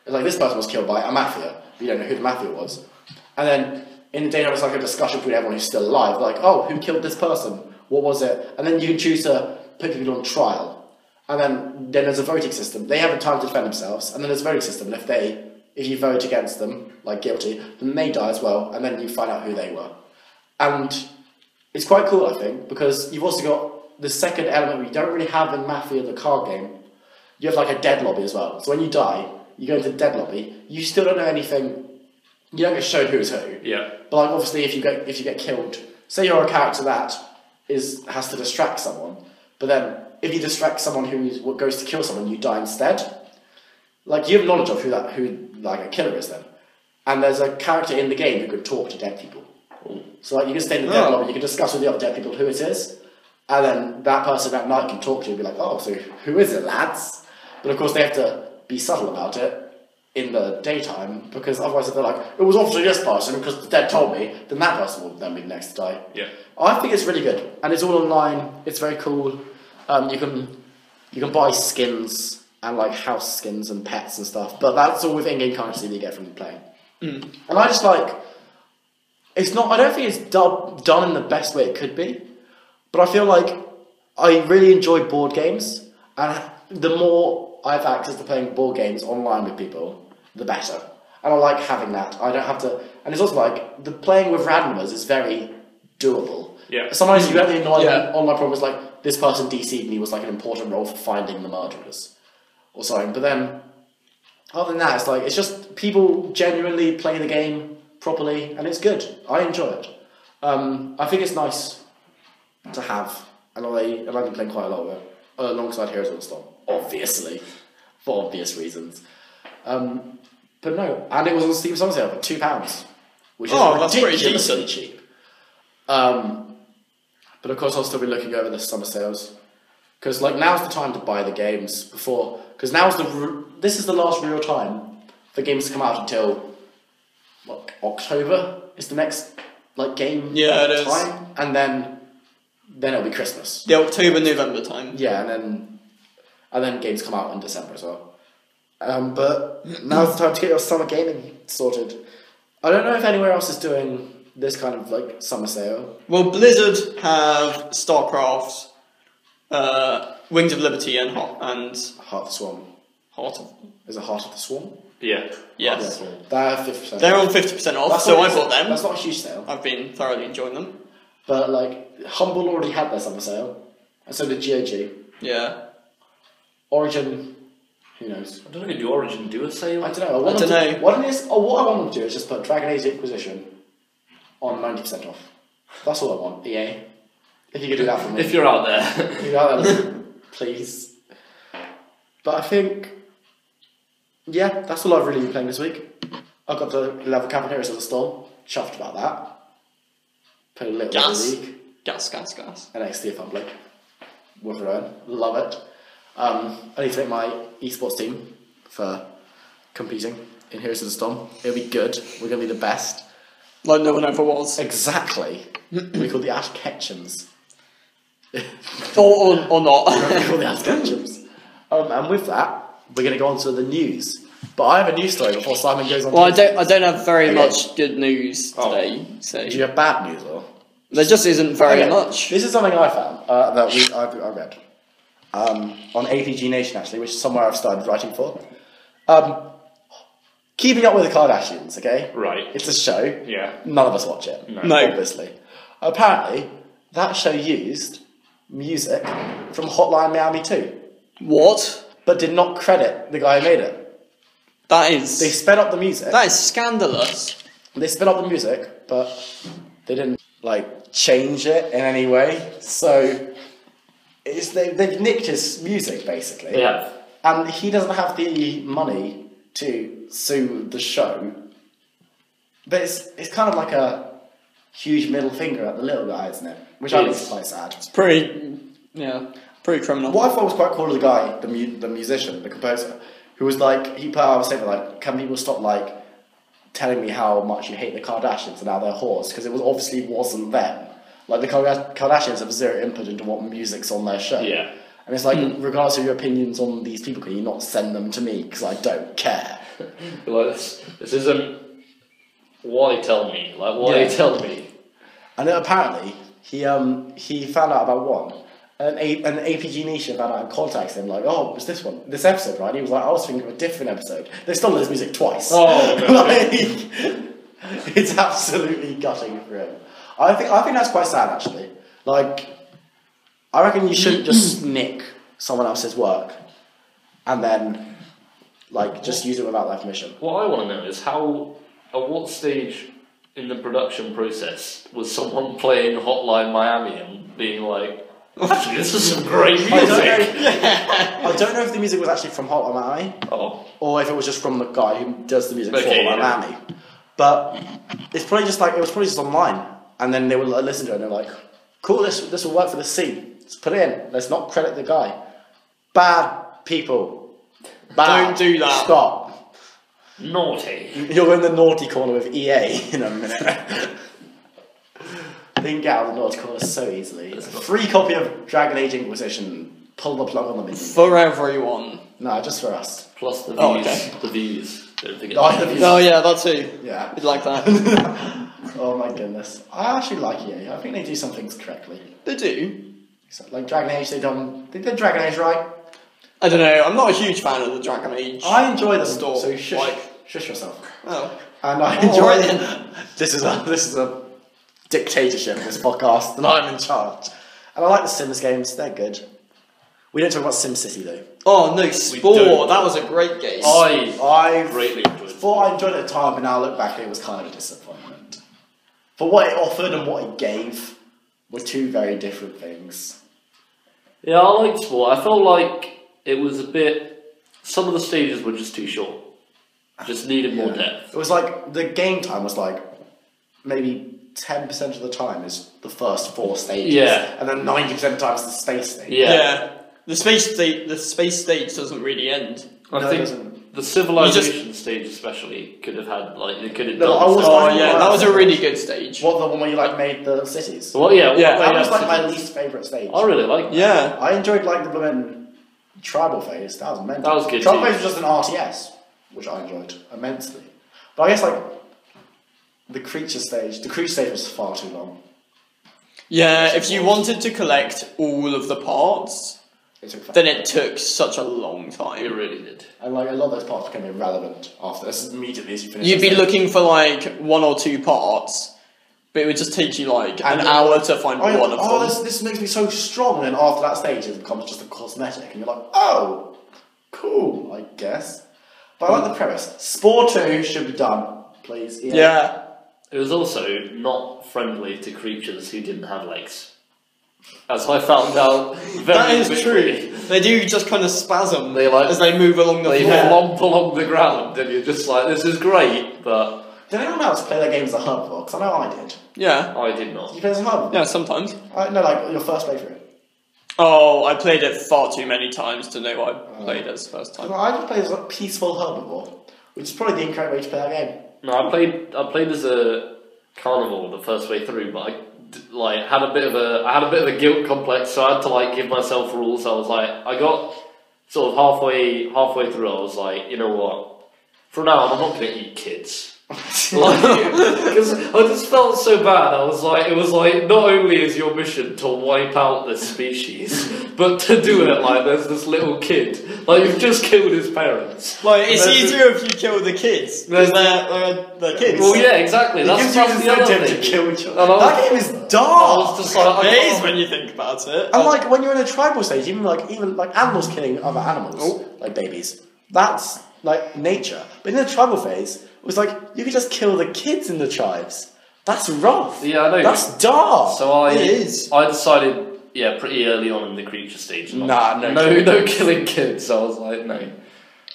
Speaker 1: it's like this person was killed by a mafia. You don't know who the mafia was. And then in the daytime it's like a discussion between everyone who's still alive. Like, oh, who killed this person? What was it? And then you can choose to put people on trial. And then then there's a voting system. They have a time to defend themselves, and then there's a voting system. And if they if you vote against them, like guilty, then they die as well, and then you find out who they were. And it's quite cool, I think, because you've also got the second element we don't really have in Mafia, the card game. You have like a dead lobby as well. So when you die, you go into the dead lobby. You still don't know anything. You don't get shown who's who.
Speaker 3: Yeah.
Speaker 1: But like obviously, if you get if you get killed, say you're a character that is has to distract someone, but then if you distract someone who is- what goes to kill someone, you die instead. Like you have knowledge of who that who like a killer is then, and there's a character in the game who can talk to dead people. So like you can stay in the dead
Speaker 2: Oh.
Speaker 1: lobby, you can discuss with the other dead people who it is, and then that person at night can talk to you and be like, "Oh, so who is it, lads?" But of course they have to be subtle about it in the daytime because otherwise if they're like, "It was obviously this person because the dead told me," then that person will then be the next to die.
Speaker 3: Yeah.
Speaker 1: I think it's really good, and it's all online. It's very cool. Um, you can you can buy skins and like house skins and pets and stuff, but that's all with in-game currency that you get from playing. And I just like it's not. I don't think it's dub, done in the best way it could be, but I feel like I really enjoy board games, and the more I have access to playing board games online with people, the better. And I like having that. I don't have to, and it's also like the playing with randomers is very doable.
Speaker 3: Yeah.
Speaker 1: Sometimes you get the annoying
Speaker 2: Yeah.
Speaker 1: online problem is like this person DC'd me was like an important role for finding the murderers or something. But then other than that, it's like it's just people genuinely play the game properly, and it's good. I enjoy it. Um, I think it's nice to have, and I and I've been playing quite a lot of it uh, alongside Heroes of the Storm, obviously, for obvious reasons. Um, but no, and it was on Steam Summer Sale for two pounds, which is
Speaker 2: Oh, that's pretty
Speaker 1: ridiculously
Speaker 2: decent.
Speaker 1: cheap. Um, but of course, I'll still be looking over the summer sales because like now's the time to buy the games before because now's the r- this is the last real time for games to come out until what October is the next like game
Speaker 2: Yeah, it is.
Speaker 1: time and then then it'll be Christmas.
Speaker 2: The October November time.
Speaker 1: Yeah, and then and then games come out in December as well. Um, but now's the time to get your summer gaming sorted. I don't know if anywhere else is doing this kind of like summer sale.
Speaker 2: Well, Blizzard have StarCraft, uh, Wings of Liberty, and Heart, and
Speaker 1: Heart of the Swarm.
Speaker 2: Heart of
Speaker 1: Is it Heart of the Swarm?
Speaker 3: Yeah.
Speaker 2: yes.
Speaker 1: Yeah, cool. They're fifty percent.
Speaker 2: They're on fifty percent off, so I bought them.
Speaker 1: That's not a huge sale.
Speaker 2: I've been thoroughly enjoying them.
Speaker 1: But like Humble already had their summer sale. And so did GOG.
Speaker 2: Yeah,
Speaker 1: Origin who knows?
Speaker 3: I don't know, do Origin do a sale?
Speaker 1: I don't know. I, want
Speaker 2: I
Speaker 1: them
Speaker 2: don't
Speaker 1: to-
Speaker 2: know.
Speaker 1: What it is, oh, what I want them to do is just put Dragon Age Inquisition on ninety percent off. That's all I want. EA, if you could do that for me,
Speaker 3: If you're out there.
Speaker 1: You know that, please. But I think, yeah, that's all I've really been playing this week. I got the level cap heroes of the storm. Chuffed about that. Put a little bit of
Speaker 2: Gas.
Speaker 1: league
Speaker 2: gas, gas, gas.
Speaker 1: and XD public. With her own. Love it. Um, I need to make my esports team for competing in Heroes of the Storm. It'll be good. We're gonna be the best.
Speaker 2: Like no one ever was.
Speaker 1: Exactly. we call the Ash Ketchums.
Speaker 2: Or, or, or not.
Speaker 1: We're the Ash Ketchums. Um, and with that, we're gonna go on to the news. But I have a news story before Simon goes on.
Speaker 2: well, I
Speaker 1: to
Speaker 2: don't. I don't have very
Speaker 1: Okay.
Speaker 2: much good news
Speaker 1: Oh.
Speaker 2: today. So
Speaker 1: Do you have bad news or?
Speaker 2: there just isn't very
Speaker 1: Okay.
Speaker 2: much.
Speaker 1: This is something I found uh, that we, I, I read um, on APG Nation actually, which is somewhere I've started writing for. Um, Keeping Up with the Kardashians, okay?
Speaker 3: Right.
Speaker 1: It's a show.
Speaker 3: Yeah.
Speaker 1: None of us watch it.
Speaker 2: No.
Speaker 1: Obviously. Apparently, that show used music from Hotline Miami 2,
Speaker 2: What? but
Speaker 1: but did not credit the guy who made it.
Speaker 2: That
Speaker 1: They
Speaker 2: is
Speaker 1: sped up the music.
Speaker 2: that is scandalous.
Speaker 1: they sped up the music, but they didn't like change it in any way. So it's they they've nicked his music basically.
Speaker 3: Yeah.
Speaker 1: And he doesn't have the money to sue the show. But it's it's kind of like a huge middle finger at the little guy, isn't it? Which I think is
Speaker 3: Yes.
Speaker 1: quite sad.
Speaker 2: Pretty. Yeah. Pretty criminal.
Speaker 1: What I thought was quite cool of the guy, the, mu- the musician, the composer, who was like, he put out a statement like, can people stop like telling me how much you hate the Kardashians and how they're whores? Because it was obviously wasn't them. Like the Karda- Kardashians have zero input into what music's on their show.
Speaker 3: Yeah.
Speaker 1: And it's like, regardless of your opinions on these people, can you not send them to me? Because I don't care.
Speaker 3: Like, this, this isn't what they tell me. Like, what
Speaker 1: Yeah.
Speaker 3: they tell me.
Speaker 1: And then apparently, he um he found out about one. And a, an APG Nation found out and contacts him, like, oh, it was this one, this episode, right? And he was like, I was thinking of a different episode. They stole his music twice.
Speaker 3: Oh, no.
Speaker 1: like, it's absolutely gutting for him. I think, I think that's quite sad, actually. Like, I reckon you shouldn't just nick someone else's work and then, like, just use it without their permission.
Speaker 3: What I want to know is how, at what stage in the production process was someone playing Hotline Miami and being like, actually, this is some great
Speaker 1: I don't,
Speaker 3: music?
Speaker 1: know, I don't know if the music was actually from Hot on Miami.
Speaker 3: Oh,
Speaker 1: or if it was just from the guy who does the music
Speaker 3: Okay,
Speaker 1: for
Speaker 3: yeah.
Speaker 1: Miami. But it's probably just like it was probably just online, and then they would like, listen to it and they're like, "Cool, this this will work for the scene. Let's put it in. Let's not credit the guy." Bad people. Bad.
Speaker 2: Don't do that.
Speaker 1: Stop.
Speaker 3: naughty.
Speaker 1: You're in the naughty corner with EA in a minute. they can get out of the naughty corner so easily. Free copy of Dragon Age Inquisition. Pull the plug on them. idiot.
Speaker 2: for everyone.
Speaker 1: No, just for us.
Speaker 3: Plus the views.
Speaker 2: Oh, okay.
Speaker 3: The views. Don't forget
Speaker 1: Oh,
Speaker 3: the
Speaker 1: the
Speaker 3: views.
Speaker 1: views.
Speaker 2: Oh yeah, that too.
Speaker 1: Yeah.
Speaker 2: We'd like that.
Speaker 1: Oh my goodness. I actually like EA. I think they do some things correctly.
Speaker 2: they do.
Speaker 1: So, like Dragon Age, they done they did Dragon Age right.
Speaker 2: I don't know. I'm not a huge fan of the Dragon Age.
Speaker 1: I enjoy the
Speaker 2: Store,
Speaker 1: store. So shush,
Speaker 2: like-
Speaker 1: shush yourself.
Speaker 2: Oh.
Speaker 1: And I
Speaker 2: Oh,
Speaker 1: enjoy
Speaker 2: alright
Speaker 1: This is a this is a dictatorship. This podcast, and I'm in charge. And I like the Sims games. They're good. We don't talk about Sim City though.
Speaker 2: Oh no,
Speaker 3: don't-
Speaker 2: Spore. That was a great game.
Speaker 1: Oh,
Speaker 3: I
Speaker 1: I
Speaker 3: greatly enjoyed
Speaker 1: thought I enjoyed it at the time, but now I look back, it was kind of a disappointment. For what it offered and what it gave were two very different things.
Speaker 3: Yeah, I liked sport. I felt like it was a bit. Some of the stages were just too short. Just needed more depth.
Speaker 1: It was like the game time was like maybe ten percent of the time is the first four stages,
Speaker 3: Yeah.
Speaker 1: and then ninety percent of the time is the space stage.
Speaker 3: Yeah.
Speaker 2: The space state. The space stage doesn't really end.
Speaker 3: I
Speaker 1: no, it
Speaker 3: think
Speaker 1: doesn't.
Speaker 3: the civilization stage especially could have had like it could have
Speaker 1: No, I
Speaker 3: done.
Speaker 1: was-
Speaker 3: stuff.
Speaker 2: Oh yeah, that was a really good stage.
Speaker 1: What the one where you like made the cities?
Speaker 3: well, yeah,
Speaker 2: Yeah,
Speaker 3: well,
Speaker 1: That was like my
Speaker 3: cities.
Speaker 1: least favorite stage.
Speaker 3: I really like. that.
Speaker 2: Yeah.
Speaker 1: I enjoyed like the blooming tribal phase. That was mental.
Speaker 3: That was good
Speaker 1: Tribal
Speaker 3: too.
Speaker 1: phase was just an RTS, which I enjoyed immensely. But I guess like the creature stage, the creature stage was far too long.
Speaker 2: Yeah, if you wanted to collect all of the parts,
Speaker 1: It took
Speaker 2: then it took such a long
Speaker 3: It
Speaker 2: time.
Speaker 3: really did.
Speaker 1: and like a lot of those parts became irrelevant after as immediately as you finish.
Speaker 2: You'd
Speaker 1: the
Speaker 2: be
Speaker 1: stage.
Speaker 2: looking for like one or two parts, but it would just take you like an
Speaker 1: And-
Speaker 2: hour to find
Speaker 1: Oh, yeah,
Speaker 2: one of
Speaker 1: oh,
Speaker 2: them.
Speaker 1: this, this makes me so strong. And then after that stage, it becomes just a cosmetic, and you're like, oh, cool, I guess. But I like the premise. Spore two should be done, please. E Ian.
Speaker 2: Yeah.
Speaker 3: It was also not friendly to creatures who didn't have legs, as I found out. Very
Speaker 2: That is
Speaker 3: quickly.
Speaker 2: true. They do just kind of spasm
Speaker 3: They, like-
Speaker 2: as they move along the
Speaker 3: They
Speaker 2: floor.
Speaker 3: flop along the ground, and you're just like, "This is great," but
Speaker 1: Did anyone else play that game as a hub for? Because I know I did.
Speaker 2: Yeah.
Speaker 3: I did not.
Speaker 1: You play as a hub?
Speaker 2: Yeah, sometimes.
Speaker 1: I, no, like your first playthrough.
Speaker 2: Oh, I played it far too many times to know I played it the first time.
Speaker 1: No, I just played as a peaceful hub before, which is probably the incorrect way to play that game.
Speaker 3: No, I played. I played as a carnival the first way through, but I d- like had a bit of a. I had a bit of a guilt complex, so I had to like give myself rules. I was like, I got sort of halfway halfway through. I was like, you know what? From now on, I'm not going to eat kids. Because I just felt so bad. I was like, it was like, not only is your mission to wipe out this species, but to do it like there's this little kid. Like, you've just killed his parents.
Speaker 2: Like, it's
Speaker 3: There's-
Speaker 2: easier if you kill the kids. Because they're, they're, they're kids.
Speaker 3: Well, yeah, exactly.
Speaker 1: It
Speaker 3: That's,
Speaker 1: gives you
Speaker 3: that's
Speaker 1: an
Speaker 3: the other
Speaker 1: incentive
Speaker 3: thing.
Speaker 1: to kill each
Speaker 3: And I
Speaker 1: other.
Speaker 3: was-
Speaker 1: That game is
Speaker 3: I
Speaker 1: dark.
Speaker 3: was just like, I
Speaker 2: It is
Speaker 3: can't-
Speaker 2: when you think about it.
Speaker 1: And like when you're in a tribal stage, even like even like animals killing other animals,
Speaker 2: Oh.
Speaker 1: like babies. That's like nature. But in the tribal phase, it was like you could just kill the kids in the tribes. That's rough.
Speaker 3: Yeah, I know.
Speaker 1: That's dark.
Speaker 3: So I,
Speaker 2: It is.
Speaker 3: I decided, yeah, pretty early on in the creature stage. like,
Speaker 1: Nah, no
Speaker 3: no,
Speaker 1: killing
Speaker 3: no killing kids. I was like, no,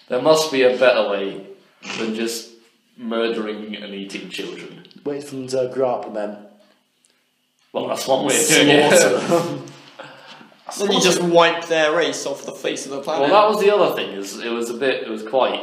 Speaker 3: there must be a better way than just murdering and eating children.
Speaker 1: Wait for them to grow up and then
Speaker 3: Well, that's one way of doing
Speaker 1: slaughter
Speaker 3: it.
Speaker 1: them.
Speaker 2: Then you just wipe their race off the face of the
Speaker 3: well,
Speaker 2: planet.
Speaker 3: that was the other thing. Is it was a bit. It was quite.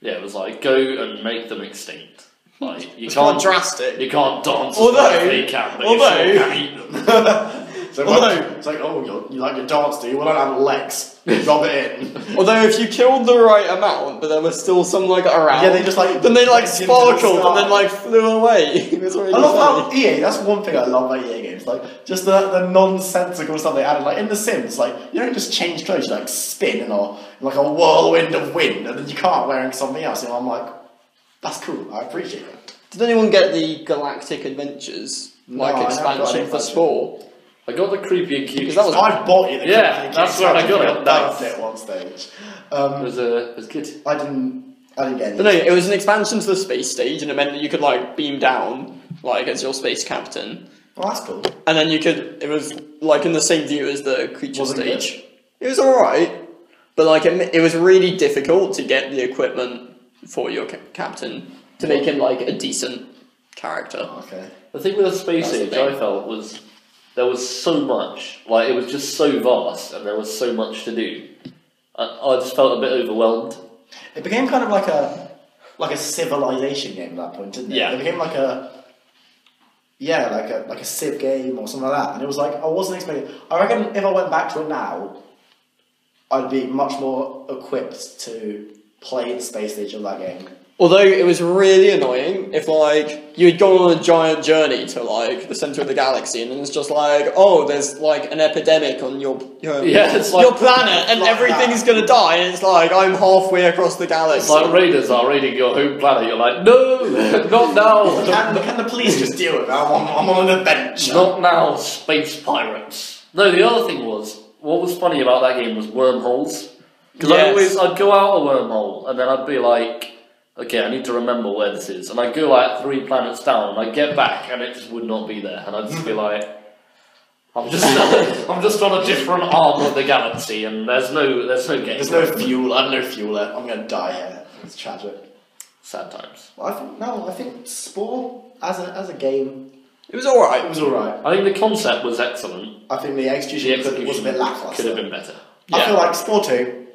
Speaker 3: Yeah, it was like go and make them extinct. Like you
Speaker 2: it's quite
Speaker 3: can't.
Speaker 2: drastic.
Speaker 3: You can't dance.
Speaker 2: Although-
Speaker 3: as they can, but
Speaker 2: although-
Speaker 3: you sure can eat them.
Speaker 1: So
Speaker 2: Although-
Speaker 1: like, it's like, oh, you're, you like your dance, do you? Well, I don't have legs. Rub it in.
Speaker 2: Although if you killed the right amount, but there was still some like around,
Speaker 1: Yeah, they just, like,
Speaker 2: then they
Speaker 1: went
Speaker 2: like
Speaker 1: into the
Speaker 2: sparkled
Speaker 1: sky.
Speaker 2: and then like flew away. It was really
Speaker 1: I
Speaker 2: funny.
Speaker 1: love how EA. That's one thing I love about EA games, like just the, the nonsensical stuff they added. Like in The Sims, like you don't just change clothes; you like spin in a like a whirlwind of wind, and then you can't wearing something else. And I'm like, that's cool. I appreciate it.
Speaker 2: Did anyone get the Galactic Adventures like
Speaker 1: I haven't got
Speaker 2: expansion
Speaker 1: any
Speaker 2: for
Speaker 1: expansion.
Speaker 2: Spore?
Speaker 3: I got the creepy and cute.
Speaker 2: Because that was
Speaker 1: I bought you the
Speaker 3: Yeah,
Speaker 1: Cupcake Cake
Speaker 3: that's where I
Speaker 1: Challenge,
Speaker 3: got it.
Speaker 1: I
Speaker 3: That's-
Speaker 1: dumped it at one stage. Um,
Speaker 3: was a was good.
Speaker 1: I didn't. I didn't get
Speaker 2: No, no,
Speaker 1: any.
Speaker 2: it was an expansion to the space stage, and it meant that you could like beam down like as your space captain,
Speaker 1: Oh, that's cool.
Speaker 2: and then you could. It was like in the same view as the creature
Speaker 1: Wasn't
Speaker 2: stage. It was all right, but like it, it was really difficult to get the equipment for your ca- captain to make him like a decent character.
Speaker 1: Okay.
Speaker 3: The thing with the space
Speaker 2: That's the
Speaker 3: age,
Speaker 2: thing.
Speaker 3: I felt was there was so much, like it was just so vast, and there was so much to do. I, I just felt a bit overwhelmed.
Speaker 1: It became kind of like a like a civilization game at that point, didn't it?
Speaker 3: Yeah.
Speaker 1: It became like a yeah, like a like a civ game or something like that. And it was like I wasn't expecting. I reckon if I went back to it now, I'd be much more equipped to play the space stage of that game.
Speaker 2: Although it was really annoying if like you had gone on a giant journey to like the center of the galaxy and it's just like oh there's like an epidemic on your your,
Speaker 3: Yeah, it's like-
Speaker 2: your planet and
Speaker 1: Like
Speaker 2: everything's
Speaker 1: that.
Speaker 2: gonna die and it's like I'm halfway across the
Speaker 3: It's
Speaker 2: galaxy.
Speaker 3: like raiders are raiding your home planet. You're like, no, not now,
Speaker 1: Can, can the police just deal with it? I'm on, I'm on an adventure.
Speaker 3: not now, space pirates. No, the other thing was, what was funny about that game was wormholes. Because I
Speaker 2: Yes.
Speaker 3: always, I'd go out a wormhole, and then I'd be like, okay, I need to remember where this is, and I'd go like three planets down, and I'd get back, and it just would not be there, and I'd just be like. I'm just I'm just on a different arm of the galaxy, and there's no there's no game.
Speaker 1: There's no fuel. I have no fuel left. I'm gonna die here. It's tragic.
Speaker 3: sad times.
Speaker 1: Well, I think no. I think Spore as a as a game,
Speaker 2: it was all
Speaker 1: it
Speaker 2: right.
Speaker 1: was all right.
Speaker 3: I think the concept was excellent.
Speaker 1: I think the execution,
Speaker 3: The
Speaker 1: could,
Speaker 3: execution
Speaker 1: was a bit lackluster.
Speaker 3: could have been better.
Speaker 1: I
Speaker 3: Yeah.
Speaker 1: feel like Spore 2,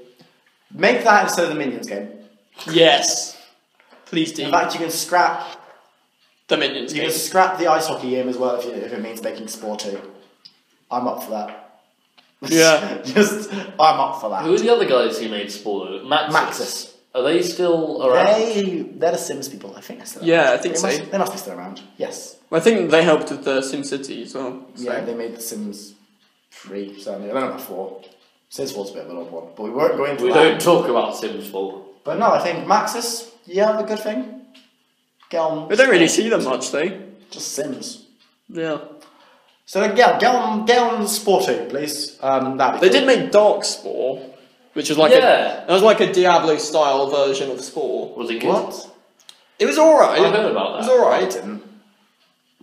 Speaker 1: make that instead of the Minions game.
Speaker 2: Yes. Please do.
Speaker 1: In fact, you can scrap
Speaker 2: The minions.
Speaker 1: you can
Speaker 2: game.
Speaker 1: scrap the ice hockey game as well if, you, if it means making Spore two. I'm up for that.
Speaker 2: Yeah.
Speaker 1: just I'm up for
Speaker 3: Who are
Speaker 1: that.
Speaker 3: the other guys who made Spore? Maxis.
Speaker 1: Maxis.
Speaker 3: Are they still around?
Speaker 1: They they're the Sims people. I think. They're still
Speaker 2: Yeah,
Speaker 1: around.
Speaker 2: I think
Speaker 1: they
Speaker 2: so.
Speaker 1: Must, they must be still around. Yes.
Speaker 2: I think they helped with the Sim City as well. So.
Speaker 1: Yeah, they made the Sims three. Certainly, I don't know about four. Sims four's a bit of an odd one, but we weren't going to.
Speaker 3: We
Speaker 1: that.
Speaker 3: don't talk about Sims 4.
Speaker 1: But no, I think Maxis. Yeah, the good thing. Get on.
Speaker 2: We don't really see them much though.
Speaker 1: Just Sims.
Speaker 2: Yeah.
Speaker 1: So yeah, get on, get on Sporto, please. Um, that'd be
Speaker 2: They did make Dark Spore, which was like
Speaker 3: Yeah.
Speaker 2: a that was like a Diablo style version of Spore.
Speaker 3: Was it good?
Speaker 1: what?
Speaker 2: It was alright.
Speaker 3: I heard about
Speaker 2: It was
Speaker 3: that.
Speaker 1: I
Speaker 2: alright.
Speaker 1: didn't.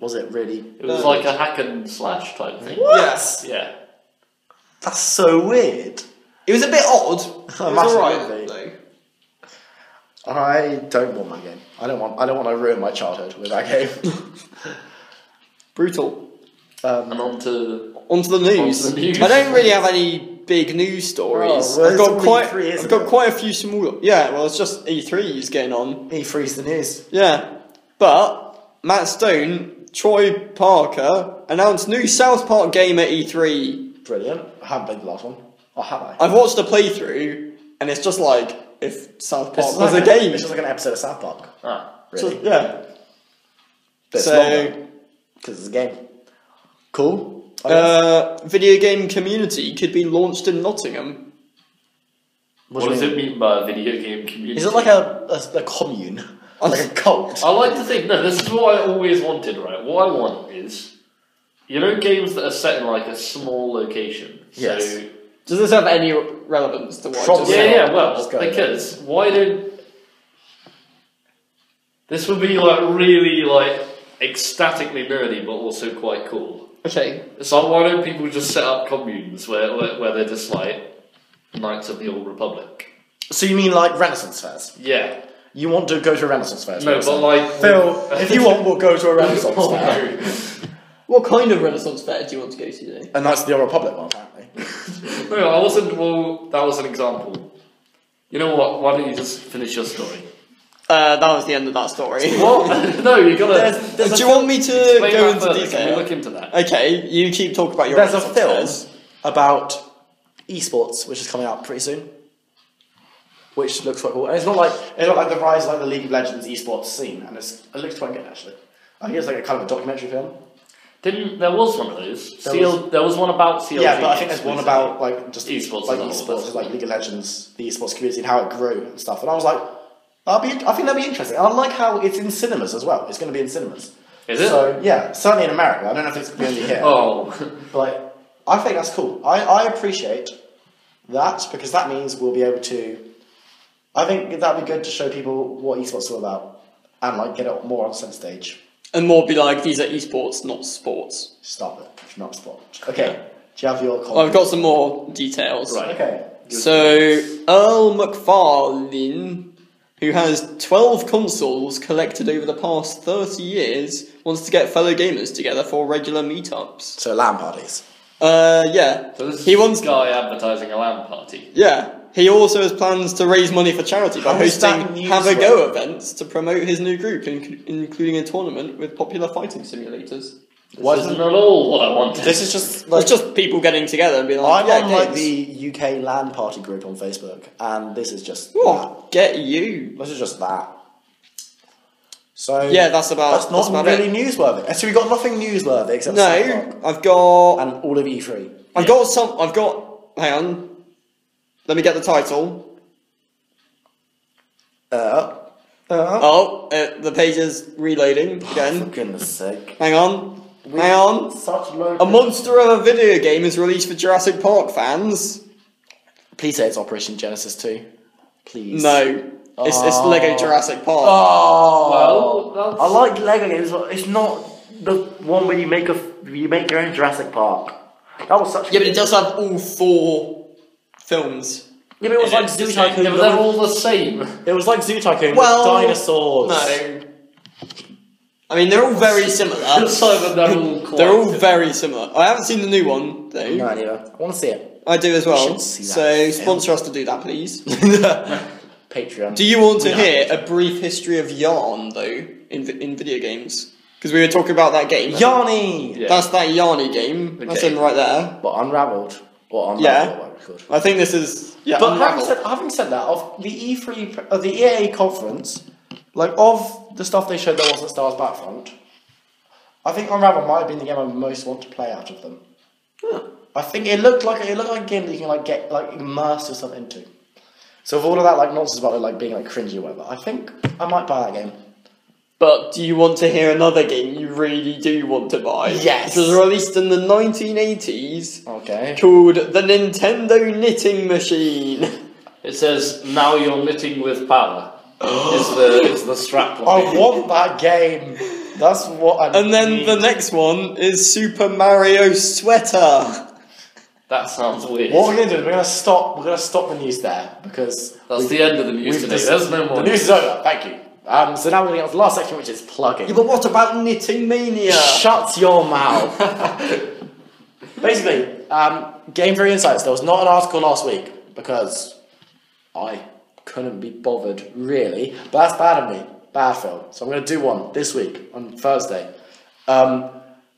Speaker 1: Was it really?
Speaker 3: It was
Speaker 2: No.
Speaker 3: like a hack and slash type thing.
Speaker 2: Yes.
Speaker 3: Yeah.
Speaker 1: That's so weird.
Speaker 2: It was a bit odd. It was
Speaker 1: Massively.
Speaker 2: alright though.
Speaker 1: I don't want my game. I don't want. I don't want to ruin my childhood with that game.
Speaker 2: Brutal.
Speaker 1: Um,
Speaker 3: And on to.
Speaker 2: Onto the news.
Speaker 3: Onto the news.
Speaker 2: I don't really have any big news stories.
Speaker 1: Oh, well,
Speaker 2: I've
Speaker 1: it's
Speaker 2: got
Speaker 1: only
Speaker 2: quite
Speaker 1: E3, isn't
Speaker 2: I've got
Speaker 1: it?
Speaker 2: quite a few small Yeah, well it's just E3 is going on.
Speaker 1: he frees E the news.
Speaker 2: Yeah, but Matt Stone, Troy Parker announced new South Park game at E E3.
Speaker 1: Brilliant. I haven't played the last one. Or have I?
Speaker 2: I've watched a playthrough, and it's just like if South Park
Speaker 1: Oh, It's
Speaker 2: was
Speaker 1: like
Speaker 2: a game.
Speaker 1: It's just like an episode of South Park.
Speaker 3: Ah.
Speaker 1: Really.
Speaker 2: So, yeah.
Speaker 1: But it's
Speaker 2: so-
Speaker 1: longer because it's a game. Cool. I guess.
Speaker 2: Uh, video game community could be launched in Nottingham.
Speaker 1: What
Speaker 3: What,
Speaker 1: do you mean?
Speaker 3: does it mean by a video game community?
Speaker 1: Is it like a, a, a commune? Like a cult?
Speaker 3: I like to think, no, this is what I always wanted, right? What I want is, you know, games that are set in like a small location.
Speaker 1: Yes.
Speaker 3: So,
Speaker 2: Does this have any relevance to what? I just
Speaker 1: Probably.
Speaker 3: yeah,
Speaker 2: said?
Speaker 3: yeah, well,
Speaker 1: Let's go.
Speaker 3: because why don't. This would be like really like ecstatically nerdy, but also quite cool.
Speaker 2: Okay.
Speaker 3: So why don't people just set up communes where, where, where they're just like Knights of the Old Republic?
Speaker 1: So you mean like Renaissance fairs?
Speaker 3: Yeah.
Speaker 1: You want to go to a Renaissance fair? is
Speaker 3: No,
Speaker 1: what you're
Speaker 3: but like
Speaker 1: saying. Phil, if you want, we'll go to a Renaissance
Speaker 3: Oh,
Speaker 1: fair.
Speaker 2: What kind of Renaissance fair do you want to go to though?
Speaker 1: And that's the Old Republic one, apparently.
Speaker 3: no. no, I wasn't. Well, that was an example. You know what? Why don't you just finish your story?
Speaker 2: Uh, that was the end of that story.
Speaker 3: What? no, you gotta.
Speaker 1: There's- there's
Speaker 2: do you want me to
Speaker 3: explain
Speaker 2: go
Speaker 3: that
Speaker 2: into
Speaker 3: further. Can we
Speaker 2: detail?
Speaker 3: look into that?
Speaker 2: Okay, you keep talking about your
Speaker 1: There's a
Speaker 2: Renaissance
Speaker 1: film
Speaker 2: fairs.
Speaker 1: about esports, which is coming out pretty soon. Which looks quite cool. And it's not like it's not like the rise of like the League of Legends esports scene, and it's, it looks quite good actually. I think it's like a kind of a documentary film.
Speaker 3: Didn't there was one of those?
Speaker 1: There
Speaker 3: CL, there was one about CLG.
Speaker 1: Yeah, but I think there's one about like just
Speaker 3: Esports
Speaker 1: like
Speaker 3: as a whole,
Speaker 1: esports,
Speaker 3: that's
Speaker 1: like League of Legends, the esports community, and how it grew and stuff. And I was like, that'll be, I think that'd be interesting. And I like how it's in cinemas as well. It's going to be in cinemas.
Speaker 3: Is it?
Speaker 1: So yeah, certainly in America. I don't know if it's going to be here.
Speaker 3: oh,
Speaker 1: But like, I think that's cool. I, I appreciate that because that means we'll be able to. I think that'd be good to show people what esports is all about and like get it more on center stage.
Speaker 2: And more be like, these are esports, not sports.
Speaker 1: Stop it. It's not spot. Okay. Do you have your
Speaker 2: I've
Speaker 1: comment?
Speaker 2: got some more details.
Speaker 3: Right.
Speaker 1: Okay.
Speaker 2: So, Earl McFarlane, who has 12 consoles collected over the past 30 years, wants to get fellow gamers together for regular meetups.
Speaker 1: So LAN parties.
Speaker 2: Uh, yeah.
Speaker 3: so this is
Speaker 2: He wants.
Speaker 3: guy advertising a LAN party.
Speaker 2: Yeah. He also has plans to raise money for charity by
Speaker 1: How is that
Speaker 2: hosting
Speaker 1: news
Speaker 2: Have a
Speaker 1: right?
Speaker 2: Go events to promote his new group, inc- including a tournament with popular fighting simulators.
Speaker 1: Why
Speaker 3: This
Speaker 1: doesn't-
Speaker 3: isn't at all what I wanted.
Speaker 1: This is just
Speaker 2: it's just people getting together and being like,
Speaker 1: I'm
Speaker 2: yeah,
Speaker 1: on like
Speaker 2: games."
Speaker 1: the UK LAN party group on Facebook, and this is just that.
Speaker 2: What? Get you.
Speaker 1: This is just that. So
Speaker 2: Yeah, that's about-
Speaker 1: that's not
Speaker 2: that's about
Speaker 1: really newsworthy. So we got nothing newsworthy except Cyberpunk
Speaker 2: No, I've got.
Speaker 1: and all of E E3.
Speaker 2: I've got some. I've got. Hang on. Let me get the title.
Speaker 1: Uh, uh,
Speaker 2: Oh, uh, the page is reloading
Speaker 1: for
Speaker 2: again.
Speaker 1: goodness sake.
Speaker 2: Hang on. Hang on.
Speaker 1: Such low.
Speaker 2: A monster of a video game is released for Jurassic Park fans.
Speaker 1: Please say it's Operation Genesis 2. Please.
Speaker 2: No, it's, it's Lego Jurassic Park.
Speaker 1: Oh.
Speaker 3: Well, that's-
Speaker 1: I like Lego games, but it's not the one where you make a you make your own Jurassic Park. That was such.
Speaker 2: Yeah, but it does have all four films.
Speaker 1: Yeah, but it was like
Speaker 2: it's
Speaker 1: Zoo
Speaker 2: the same.
Speaker 1: Tycoon.
Speaker 3: yeah, but they're all the same.
Speaker 1: It was like Zoo Tycoon
Speaker 2: Well,
Speaker 1: with dinosaurs.
Speaker 2: No. I mean, they're all very similar.
Speaker 3: So that they're all quite
Speaker 2: They're all
Speaker 3: different.
Speaker 2: very similar. I haven't seen the new one though.
Speaker 1: No idea. I want to see it.
Speaker 2: I do as
Speaker 1: should
Speaker 2: well.
Speaker 1: see
Speaker 2: So
Speaker 1: that.
Speaker 2: sponsor us to do that, please.
Speaker 1: Patreon.
Speaker 2: Do you want to
Speaker 1: No.
Speaker 2: hear a brief history of Yarn though in vi- in video games? Because we were talking about that game.
Speaker 1: Yarny!
Speaker 3: Yeah.
Speaker 2: That's that Yarny game. That's
Speaker 3: Okay.
Speaker 2: him right there.
Speaker 1: But unraveled. Or unraveled,
Speaker 2: Yeah.
Speaker 1: what we called.
Speaker 2: I think this is yeah.
Speaker 1: But having
Speaker 2: Unravel.
Speaker 1: said, having said that, of the E three, of the EA conference, like of the stuff they showed that wasn't Star Wars Battlefront, I think Unravel might have been the game I most want to play out of them. I think it looked like it looked like a game that you can like get like immerse yourself into. So with all of that like nonsense about it like being like cringy or whatever, I think I might buy that game.
Speaker 2: But do you want to hear another game you really do want to buy?
Speaker 1: Yes.
Speaker 2: It was released in the 1980s
Speaker 1: Okay.
Speaker 2: called the Nintendo Knitting Machine.
Speaker 3: It says now you're knitting with power. is the is the strap
Speaker 1: I
Speaker 3: line.
Speaker 1: want that game. That's what I
Speaker 2: And then the next one is Super Mario Sweater.
Speaker 3: That sounds weird.
Speaker 1: What we're gonna do is we're gonna stop we're gonna stop the news there because
Speaker 3: That's the end of the news today.
Speaker 1: just-
Speaker 3: There's no more.
Speaker 1: The news is over. Thank you. Um, so now we're going to get to the last section, which is plugging.
Speaker 2: Yeah, but what about Knitting Mania?
Speaker 1: Shut your mouth. Basically, um, Game Theory Insights. There was not an article last week because I couldn't be bothered, really. But that's bad of me. Bad film. So I'm going to do one this week on Thursday, um,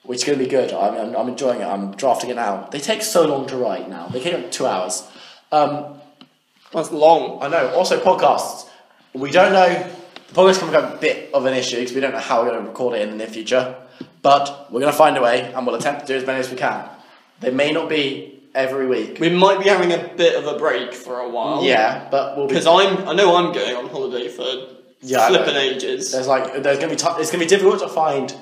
Speaker 1: which is going to be good. I'm, I'm, I'm enjoying it. I'm drafting it now. They take so long to write now. They take up two hours. Um,
Speaker 2: That's long.
Speaker 1: I know. Also, podcasts. We don't know. The podcast can become a bit of an issue because we don't know how we're going to record it in the near future. But we're going to find a way and we'll attempt to do as many as we can. They may not be every week.
Speaker 2: We might be having a bit of a break for a while.
Speaker 1: Yeah, but we'll be.
Speaker 2: Because I'm, I know I'm going on holiday for
Speaker 1: Yeah, I know.
Speaker 2: flipping ages.
Speaker 1: There's like there's going to be ti it's going to be difficult to find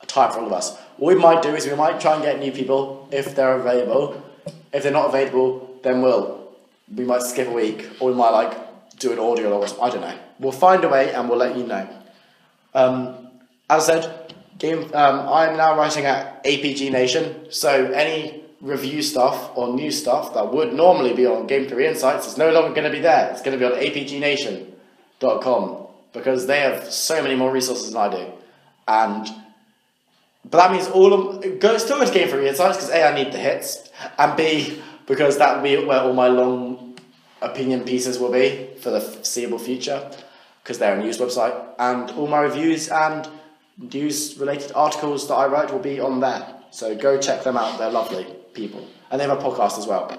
Speaker 1: a time for all of us. What we might do is we might try and get new people if they're available. If they're not available, then we'll we might skip a week or we might like do an audio or something. I don't know. We'll find a way and we'll let you know. Um, as I said, game. Um, I am now writing at APG Nation, so any review stuff or new stuff that would normally be on Game Theory Insights is no longer going to be there. It's going to be on APGNation.com because they have so many more resources than I do, and but that means all of go still go to Game Theory Insights because a I need the hits and b because that will be where all my long opinion pieces will be for the foreseeable future because they're a news website and all my reviews and news related articles that I write will be on there. So go check them out. They're lovely people and they have a podcast as well.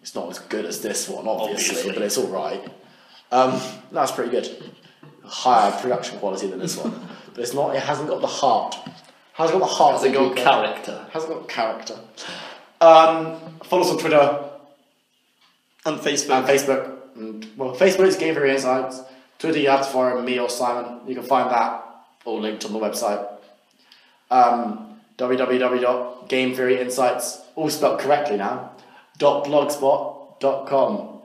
Speaker 1: It's not as good as this one, obviously,
Speaker 3: Obviously.
Speaker 1: but it's all right. Um, that's pretty good. Higher production quality than this one, but it's not. It hasn't got the heart. Hasn't got the heart.
Speaker 3: Has it
Speaker 1: of
Speaker 3: got
Speaker 1: people.
Speaker 3: character?
Speaker 1: Hasn't got character. Um, follow us on Twitter,
Speaker 2: and Facebook.
Speaker 1: and Facebook. And, well, Facebook is Game Theory Insights. Twitter, you have to follow me or Simon. You can find that all linked on the website. Um, www.gametheoryinsights, all spelled correctly now, dot blogspot.com.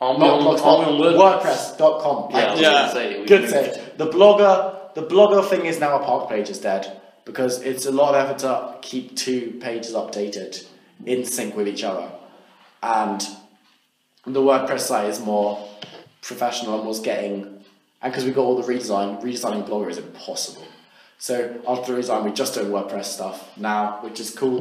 Speaker 3: Are we
Speaker 1: Not
Speaker 3: on, are we
Speaker 1: blogspot,
Speaker 3: on WordPress?
Speaker 1: WordPress.com.
Speaker 3: Yeah, I was
Speaker 2: Yeah.
Speaker 3: gonna Say, we
Speaker 1: Good
Speaker 3: moved.
Speaker 1: save. The blogger, the blogger thing is now a park page is dead because it's a lot of effort to keep two pages updated in sync with each other, and the WordPress site is more professional and was getting, and because we got all the redesign, redesigning Blogger is impossible. So after the redesign, we're just doing WordPress stuff now, which is cool,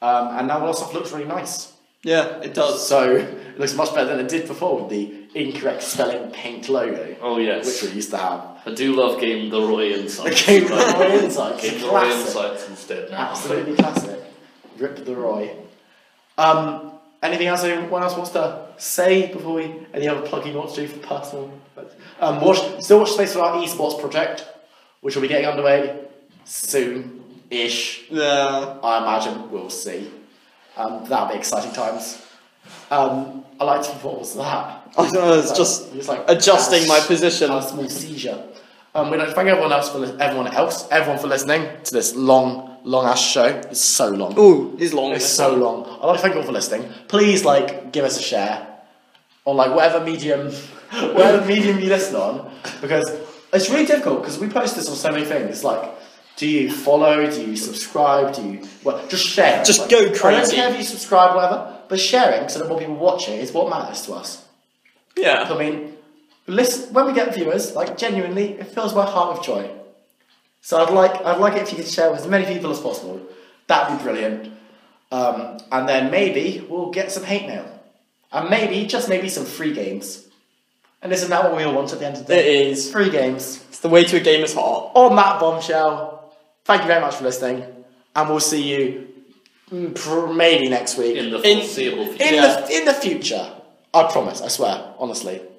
Speaker 1: um, and now all our stuff looks really nice.
Speaker 2: Yeah, it does.
Speaker 1: So it looks much better than it did before with the incorrect spelling paint logo
Speaker 3: Oh
Speaker 1: which
Speaker 3: yes,
Speaker 1: we used to have.
Speaker 3: I do love game the Roy Insights.
Speaker 1: Game Roy Insights,
Speaker 3: Game the Roy
Speaker 1: classic.
Speaker 3: Insights instead. Now.
Speaker 1: Absolutely classic. Rip the Roy. Um, anything else anyone else wants to say before we any other plugging you want to do for personal? Um, watch still watch space for our esports project, which will be getting underway soon ish.
Speaker 2: Yeah.
Speaker 1: I imagine we'll see. Um, that'll be exciting times. Um, I like to what was that?
Speaker 2: I don't know, it's just adjusting my position.
Speaker 1: A small seizure. Um, we'd like to thank everyone else for li- everyone else, everyone for listening to this long, long ass show. It's so long.
Speaker 2: Ooh, it's long.
Speaker 1: It's so long. I'd like to thank you all for listening. Please like give us a share on like whatever medium, whatever medium you listen on, because it's really difficult because we post this on so many things. It's like, do you follow? Do you subscribe? Do you well just share?
Speaker 2: Just
Speaker 1: Like,
Speaker 2: go
Speaker 1: I don't
Speaker 2: crazy.
Speaker 1: care if you subscribe, whatever. But sharing so that more people watch it is what matters to us.
Speaker 2: Yeah.
Speaker 1: I mean, listen, when we get viewers, like genuinely, it fills my heart with joy. So I'd like, I'd like it if you could share with as many people as possible. That'd be brilliant. Um, and then maybe we'll get some hate mail, and maybe just maybe some free games. And isn't that what we all want at the end of the
Speaker 2: It
Speaker 1: day?
Speaker 2: is.
Speaker 1: Free games.
Speaker 2: It's the way to a gamer's heart.
Speaker 1: On that bombshell, thank you very much for listening, and we'll see you mm, pr- maybe next week.
Speaker 3: in the
Speaker 2: In-
Speaker 3: foreseeable future.
Speaker 1: in
Speaker 2: Yeah.
Speaker 1: the in the future. I promise. I swear. Honestly.